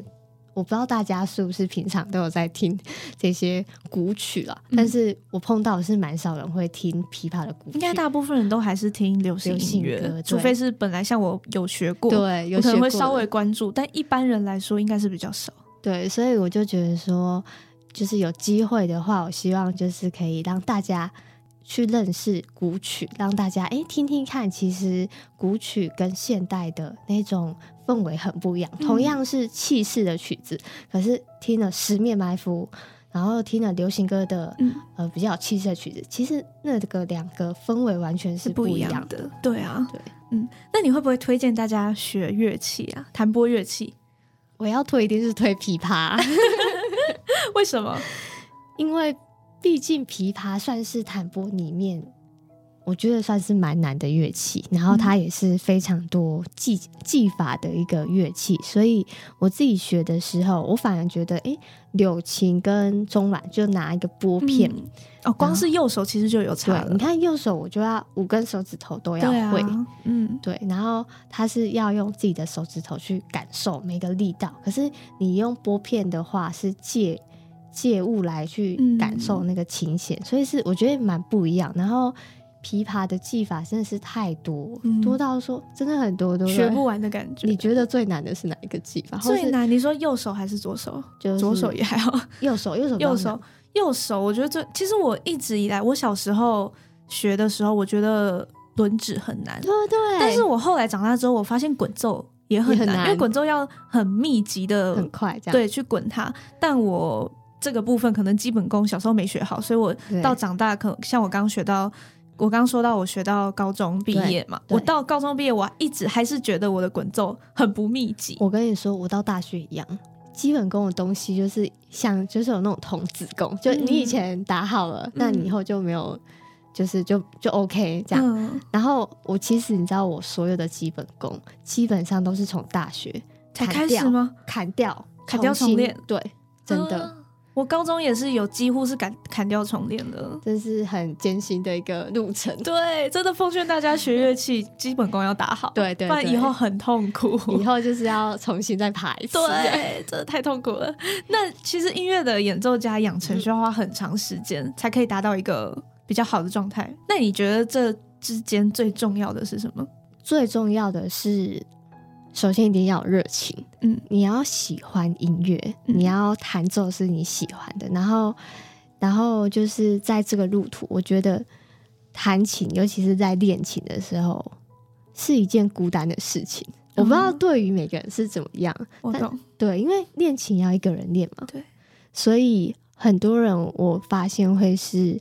Speaker 3: 我不知道大家是不是平常都有在听 这些古曲啦，
Speaker 1: 嗯
Speaker 3: 但是我碰到的是蛮少人会听琵琶的古曲，
Speaker 1: 应该大部分人都还是听流行音
Speaker 3: 流行歌
Speaker 1: 乐
Speaker 3: 对，
Speaker 1: 除非是本来像我有学过，
Speaker 3: 对有
Speaker 1: 我可
Speaker 3: 学
Speaker 1: 能会
Speaker 3: 过
Speaker 1: 稍
Speaker 3: 的
Speaker 1: 微关注，但一般人来说应该是比较少。
Speaker 3: 对，所以我就觉得说，就是有机会的话，我希望就是可以让大家去认识古曲，让大家诶听听看，其实古曲跟现代的那种氛围很不一样。同
Speaker 1: 嗯
Speaker 3: 样是气势的曲子，可是听了《十面埋伏》，然后听了流行歌的、
Speaker 1: 嗯
Speaker 3: 呃比较有气势的曲子，其实那个两个氛围完全是
Speaker 1: 是不
Speaker 3: 一
Speaker 1: 一
Speaker 3: 样
Speaker 1: 样的。对啊，
Speaker 3: 对，
Speaker 1: 嗯，那你会不会推荐大家学乐器啊？弹拨乐器？
Speaker 3: 我要推一定是推琵琶。
Speaker 1: 为什么？
Speaker 3: 因为毕竟琵琶算是弹拨里面，我觉得算是蛮难的乐器，然后
Speaker 1: 嗯
Speaker 3: 它也是非常多技技法的一个乐器，所以我自己学的时候，我反而觉得，诶，柳琴跟中阮就拿一个拨片，
Speaker 1: 嗯哦，光是右手其实就有差
Speaker 3: 对，
Speaker 1: 了
Speaker 3: 嗯你。看右手我就要五根手指头都要
Speaker 1: 对啊
Speaker 3: 会。，
Speaker 1: 嗯
Speaker 3: 对，然后它是要用自己的手指头去感受每个力道，可是你用拨片的话是借借物来去
Speaker 1: 嗯
Speaker 3: 感受那个琴弦，所以是我觉得蛮不一样。然后琵琶的技法真的是太多，
Speaker 1: 嗯
Speaker 3: 多到说真的很多，对不对
Speaker 1: 学不完的感觉。
Speaker 3: 你觉得最难的是哪一个技法？或
Speaker 1: 最
Speaker 3: 是
Speaker 1: 难？你说右手还是左手？
Speaker 3: 就是
Speaker 1: 左手也还好。
Speaker 3: 右手，右手，
Speaker 1: 右手，，右手，我觉得这其实我一直以来，我小时候学的时候，我觉得轮指很难，
Speaker 3: 对不对？
Speaker 1: 但是我后来长大之后，我发现滚奏也很
Speaker 3: 也
Speaker 1: 难，
Speaker 3: 很难
Speaker 1: 因为滚奏要很密集的
Speaker 3: 很快这样，
Speaker 1: 对去滚它，但我。这个部分可能基本功小时候没学好，所以我
Speaker 3: 对
Speaker 1: 到长大可像我刚学到，我刚说到我学到高中毕业嘛，
Speaker 3: 对对
Speaker 1: 我到高中毕业我一直还是觉得我的滚奏很不密集，
Speaker 3: 我跟你说，我到大学一样，基本功的东西就是像就是有那种童子功，就
Speaker 1: 嗯
Speaker 3: 你以前打好了，那你以后就没有，就是就就 OK 这样。
Speaker 1: 嗯、
Speaker 3: 然后我其实你知道，我所有的基本功基本上都是从大学
Speaker 1: 才
Speaker 3: 砍
Speaker 1: 开始
Speaker 3: 掉
Speaker 1: 吗？
Speaker 3: 砍掉、
Speaker 1: 砍掉重
Speaker 3: 新
Speaker 1: 练，
Speaker 3: 对，真的。
Speaker 1: 啊我高中也是有几乎是砍砍掉重练的。
Speaker 3: 这是很艰辛的一个路 程，
Speaker 1: 对，真的奉劝大家学乐器基本功要打好，
Speaker 3: 对对
Speaker 1: 不然
Speaker 3: 对
Speaker 1: 以后很痛苦。
Speaker 3: 以后就是要重新再爬一次。
Speaker 1: 对，真的太痛苦了。那其实音乐的演奏家养成需要花很长时间，才可以达到一个比较好的状态。那你觉得这之间最重要的是什么？
Speaker 3: 最重要的是，首先一定要有热情，
Speaker 1: 嗯，
Speaker 3: 你要喜欢音乐，
Speaker 1: 嗯
Speaker 3: 你要弹奏是你喜欢的，然后，然后就是在这个路途，我觉得弹琴，尤其是在练琴的时候，是一件孤单的事情。我不知道
Speaker 1: 嗯
Speaker 3: 对于每个人是怎么样，
Speaker 1: 我
Speaker 3: 但
Speaker 1: 懂，
Speaker 3: 对，因为练琴要一个人练嘛，
Speaker 1: 对，
Speaker 3: 所以很多人我发现会是，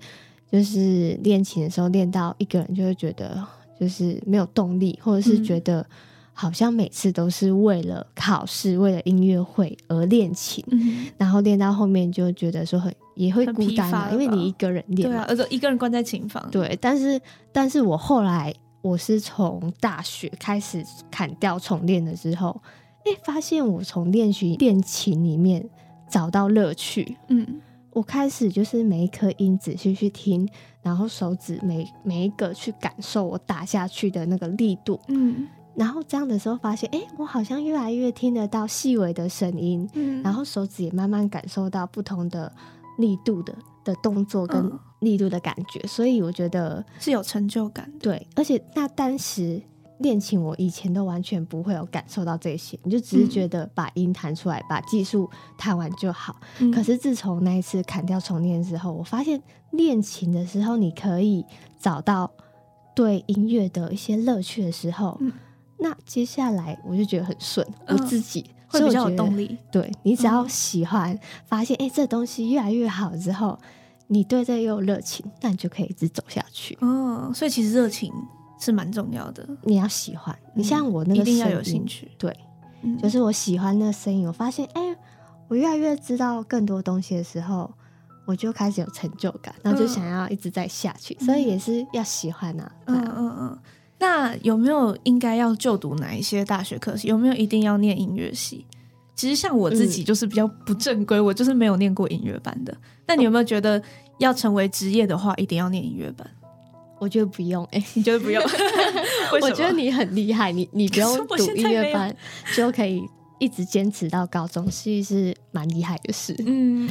Speaker 3: 就是练琴的时候练到一个人就会觉得就是没有动力，或者是
Speaker 1: 嗯
Speaker 3: 觉得好像每次都是为了考试、为了音乐会而练琴，
Speaker 1: 嗯，
Speaker 3: 然后练到后面就觉得说很也会
Speaker 1: 很
Speaker 3: 孤
Speaker 1: 疲
Speaker 3: 单
Speaker 1: 乏
Speaker 3: 嘛，
Speaker 1: 了
Speaker 3: 因为
Speaker 1: 吧
Speaker 3: 你一个人练
Speaker 1: 对
Speaker 3: 嘛，
Speaker 1: 啊，而且一个人关在琴房，，
Speaker 3: 对，但是但是我后来我是从大学开始砍掉重练了之后，哎、发现我从练习练琴里面找到乐趣。
Speaker 1: 嗯
Speaker 3: 我开始就是每一颗音仔细去听，然后手指每每一个去感受我打下去的那个力度，
Speaker 1: 嗯
Speaker 3: 然后这样的时候发现，哎、我好像越来越听得到细微的声音，
Speaker 1: 嗯，
Speaker 3: 然后手指也慢慢感受到不同的力度的的动作跟
Speaker 1: 嗯
Speaker 3: 力度的感觉，所以我觉得
Speaker 1: 是有成就感的，
Speaker 3: 对，而且那当时练琴我以前都完全不会有感受到这些，你就
Speaker 1: 嗯
Speaker 3: 只是觉得把音弹出来，把技术弹完就好。
Speaker 1: 嗯
Speaker 3: 可是自从那一次砍掉重练之后，我发现练琴的时候，你可以找到对音乐的一些乐趣的时候，
Speaker 1: 嗯
Speaker 3: 那接下来我就觉得很顺，
Speaker 1: 嗯
Speaker 3: 我自己
Speaker 1: 会比较有动
Speaker 3: 力。
Speaker 1: 力。
Speaker 3: 对你只要
Speaker 1: 嗯
Speaker 3: 喜欢，发现哎、诶这东西越来越好之后，你对这又有热情，那你就可以一直走下去。
Speaker 1: 哦，所以其实热情是蛮重要的，
Speaker 3: 你要喜欢，你像我那
Speaker 1: 嗯一
Speaker 3: 个
Speaker 1: 定要
Speaker 3: 声
Speaker 1: 有
Speaker 3: 音
Speaker 1: 兴趣。
Speaker 3: 对，
Speaker 1: 嗯
Speaker 3: 就是我喜欢那声音，我发现哎、我越来越知道更多东西的时候，我就开始有成就感，然后就
Speaker 1: 嗯
Speaker 3: 想要一直在下去，所以也是要喜欢啊。对
Speaker 1: 嗯
Speaker 3: 啊
Speaker 1: 嗯嗯。那有没有应该要就读哪一些大学科系？有没有一定要念音乐系？其实像我自
Speaker 3: 嗯
Speaker 1: 己就是比较不正规，我就是没有念过音乐班的。那你有没有觉得要成为职业的话，一定要念音乐班？
Speaker 3: 我觉得不用哎、
Speaker 1: 你觉得不用？
Speaker 3: 我觉得你很厉害，你你不
Speaker 1: 可是
Speaker 3: 用
Speaker 1: 我
Speaker 3: 读
Speaker 1: 现在
Speaker 3: 音
Speaker 1: 没
Speaker 3: 乐
Speaker 1: 有
Speaker 3: 班就可以一直坚持到高中，其实是蛮厉害的事。
Speaker 1: 嗯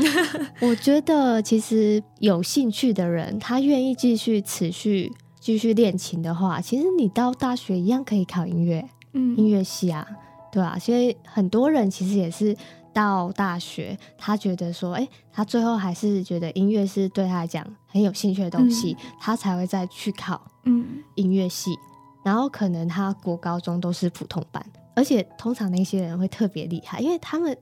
Speaker 3: 我觉得其实有兴趣的人，他愿意继续持续继续练琴的话，其实你到大学一样可以考音乐音
Speaker 1: 嗯
Speaker 3: 乐系啊，对啊，所以很多人其实也是到大学，他觉得说，哎、他最后还是觉得音乐是对他来讲很有兴趣的东西，他才会再去考
Speaker 1: 嗯
Speaker 3: 音乐系，然后可能他国高中都是普通班，而且通常那些人会特别厉害，因为他们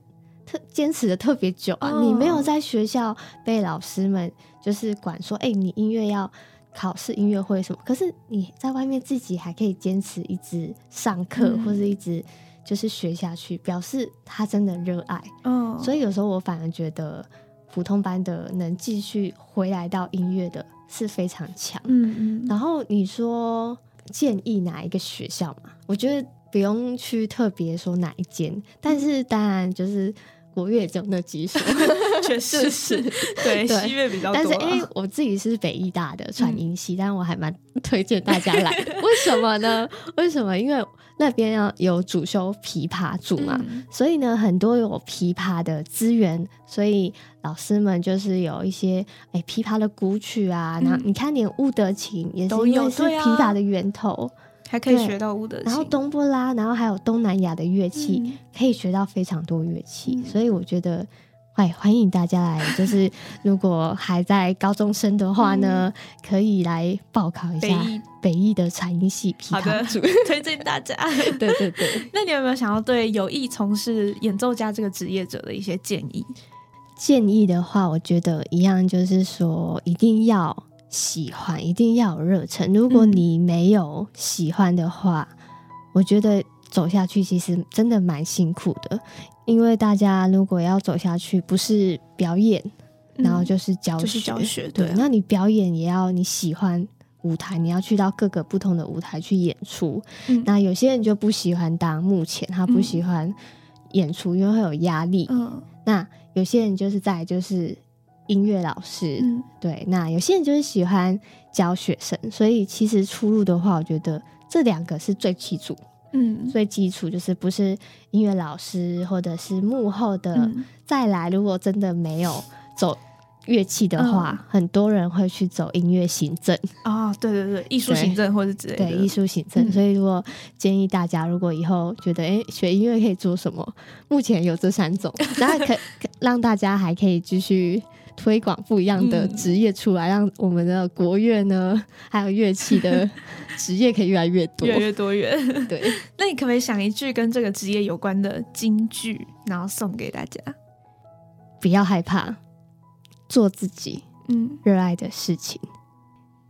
Speaker 3: 特坚持的特别久啊。
Speaker 1: 哦
Speaker 3: 你没有在学校被老师们就是管说，哎、你音乐要考试、音乐会什么，可是你在外面自己还可以坚持一直上课、
Speaker 1: 嗯
Speaker 3: 或是一直就是学下去，表示他真的热爱。
Speaker 1: 哦，
Speaker 3: 所
Speaker 1: 以
Speaker 3: 以有时候我反而觉得普通班的能继续回来到音乐的是非常强。
Speaker 1: 嗯嗯
Speaker 3: 然后你说建议哪一个学校嘛？我觉得不用去特别说哪一间，但是当然就是国乐只有那几 所，
Speaker 1: 确实是，对
Speaker 3: 对
Speaker 1: 西乐比较多
Speaker 3: 但
Speaker 1: 啊。嗯
Speaker 3: 是因为我自己是北医大的传音系，但我还蛮推荐大家来 的。为什么呢？为什么？因为那边要有主修琵琶组嘛，
Speaker 1: 嗯
Speaker 3: 所以呢，很多有琵琶的资源，所以老师们就是有一些哎、琵琶的古曲啊，
Speaker 1: 嗯
Speaker 3: 然后你看连乌德琴也是
Speaker 1: 都
Speaker 3: 因
Speaker 1: 有
Speaker 3: 为是
Speaker 1: 对啊
Speaker 3: 琵琶的源头，
Speaker 1: 还可以
Speaker 3: 对
Speaker 1: 学到乌德琴，
Speaker 3: 然后东波拉，然后还有东南亚的乐器，
Speaker 1: 嗯
Speaker 3: 可以学到非常多乐器，
Speaker 1: 嗯
Speaker 3: 所以我觉得。哎，欢迎大家来！就是 如果还在高中生的话呢，可以来报考一
Speaker 1: 嗯北
Speaker 3: 下
Speaker 1: 艺
Speaker 3: 北艺的传音系琵
Speaker 1: 好的
Speaker 3: 琶组。
Speaker 1: 推荐大家。
Speaker 3: 对对对，
Speaker 1: 那你有没有想要对有意从事演奏家这个职业者的一些建议？
Speaker 3: 建议的话，我觉得一样就是说，一定要喜欢，一定要有热忱。如果
Speaker 1: 嗯
Speaker 3: 你没有喜欢的话，我觉得走下去其实真的蛮辛苦的，因为大家如果要走下去，不是表演，然后就是教学，
Speaker 1: 嗯就是教学
Speaker 3: 对。
Speaker 1: 对啊
Speaker 3: 那你表演也要你喜欢舞台，你要去到各个不同的舞台去演出。
Speaker 1: 嗯
Speaker 3: 那有些人就不喜欢当幕前，他不
Speaker 1: 嗯
Speaker 3: 喜欢演出，因为会有压力。
Speaker 1: 嗯
Speaker 3: 那有些人就是在就是音乐老师，
Speaker 1: 嗯
Speaker 3: 对，那有些人就是喜欢教学生，所以其实出路的话，我觉得这两个是最基础，
Speaker 1: 嗯，
Speaker 3: 最基础就是不是音乐老师或者是幕后的。
Speaker 1: 嗯
Speaker 3: 再来，如果真的没有走乐器的
Speaker 1: 嗯
Speaker 3: 话，很多人会去走音乐行政，
Speaker 1: 哦，对对对，艺术
Speaker 3: 对
Speaker 1: 行政或者之类的，
Speaker 3: 对艺术行政。
Speaker 1: 嗯
Speaker 3: 所以，如果建议大家，如果以后觉得哎、诶学音乐可以做什么，目前有这三 种，然后可可让大家还可以继续。推广不一样的
Speaker 1: 嗯
Speaker 3: 职业出来，让我们的国乐呢，还有乐 器的职业可以越来越多。
Speaker 1: 越来 越多元。
Speaker 3: 对，
Speaker 1: 那你可不可以想一句跟这个职业有关的金句，然后送给大家？
Speaker 3: 不要害怕，做自己
Speaker 1: 嗯，
Speaker 3: 热爱的事情，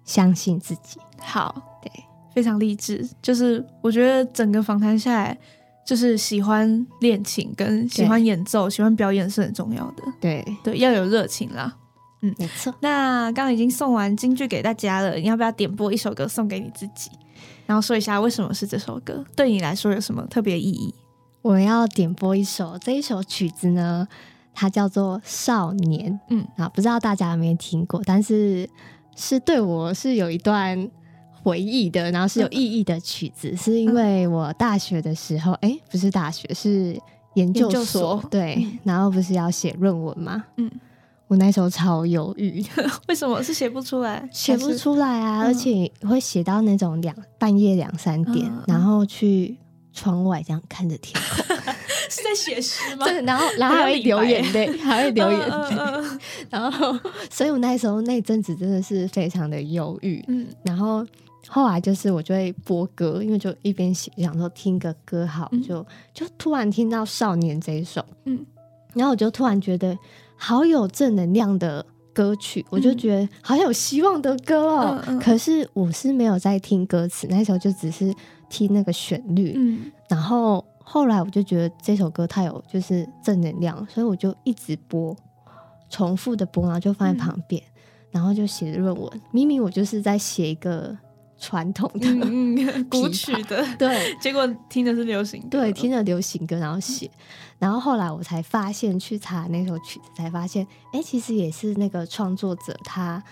Speaker 3: 相信自己。
Speaker 1: 好，
Speaker 3: 对，
Speaker 1: 非常励志。就是我觉得整个访谈下来，就是喜欢练琴、跟喜欢演奏、喜欢表演是很重要的，
Speaker 3: 对，
Speaker 1: 对，要有热情啦。
Speaker 3: 没错。
Speaker 1: 那刚刚已经送完京剧给大家了，你要不要点播一首歌送给你自己？然后说一下为什么是这首歌，对你来说有什么特别意义？
Speaker 3: 我要点播一首，这一首曲子呢，它叫做《少年》。
Speaker 1: 嗯
Speaker 3: 啊，不知道大家有没有听过，但是是对我是有一段回忆的，然后是有意义的曲子，是因为
Speaker 1: 嗯
Speaker 3: 我大学的时候，哎、不是大学，是研究所，
Speaker 1: 研究所
Speaker 3: 对，
Speaker 1: 嗯
Speaker 3: 然后不是要写论文嘛，
Speaker 1: 嗯，
Speaker 3: 我那时候超犹 豫，
Speaker 1: 为什么是写不出来？
Speaker 3: 写不出来啊，
Speaker 1: 嗯
Speaker 3: 而且会写到那种两半夜两三点，
Speaker 1: 嗯嗯
Speaker 3: 然后去窗外这样看着天空，
Speaker 1: 还是是在写诗吗？
Speaker 3: 真的，然后然后还
Speaker 1: 还要
Speaker 3: 会
Speaker 1: 李
Speaker 3: 流
Speaker 1: 白
Speaker 3: 眼泪，还会流眼
Speaker 1: 嗯
Speaker 3: 泪，
Speaker 1: 嗯嗯
Speaker 3: 然后，所以我那时候那阵子真的是非常的忧郁，
Speaker 1: 嗯
Speaker 3: 然后后来就是我就会播歌，因为就一边写想说听个歌好
Speaker 1: 嗯，
Speaker 3: 就就突然听到《少年》这一首，
Speaker 1: 嗯
Speaker 3: 然后我就突然觉得好有正能量的歌曲，我就觉得好有希望的歌哦。
Speaker 1: 嗯嗯嗯
Speaker 3: 可是我是没有在听歌词，那时候就只是听那个旋律，
Speaker 1: 嗯
Speaker 3: 然后后来我就觉得这首歌太有就是正能量，所以我就一直播，重复的播，然后就放在旁边，然后就写论文。明明我就是在写一个传统的，
Speaker 1: 嗯嗯，古
Speaker 3: 琵
Speaker 1: 曲
Speaker 3: 琶
Speaker 1: 的，
Speaker 3: 对
Speaker 1: 结果听的是流行歌，
Speaker 3: 对，听着流行歌然后写，然后后来我才发现去查那首曲子，才发现哎，其实也是那个创作者他。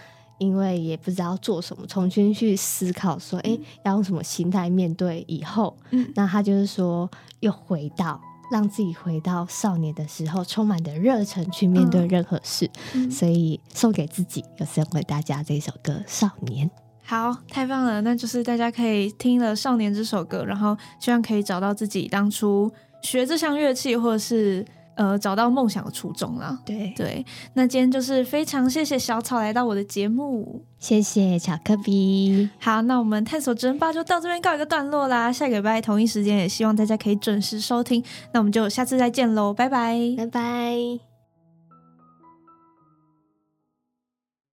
Speaker 3: 因为也不知道做什么，重新去思考说，哎、要用什么心态面对以后，
Speaker 1: 嗯
Speaker 3: 那他就是说，又回到让自己回到少年的时候，充满的热忱去面对任何事。
Speaker 1: 嗯
Speaker 3: 所以送给自己，也送给大家这首歌《少年》。
Speaker 1: 好，太棒了！那就是大家可以听了《少年》这首歌，然后希望可以找到自己当初学这项乐器，或者是呃找到梦想的初衷啦。
Speaker 3: 对，
Speaker 1: 对，那今天就是非常谢谢小草来到我的节目。
Speaker 3: 谢谢巧克力，
Speaker 1: 好，那我们探索真吧就到这边告一个段落啦。下个礼拜同一时间，也希望大家可以准时收听。那我们就下次再见喽，拜拜。
Speaker 3: 拜拜。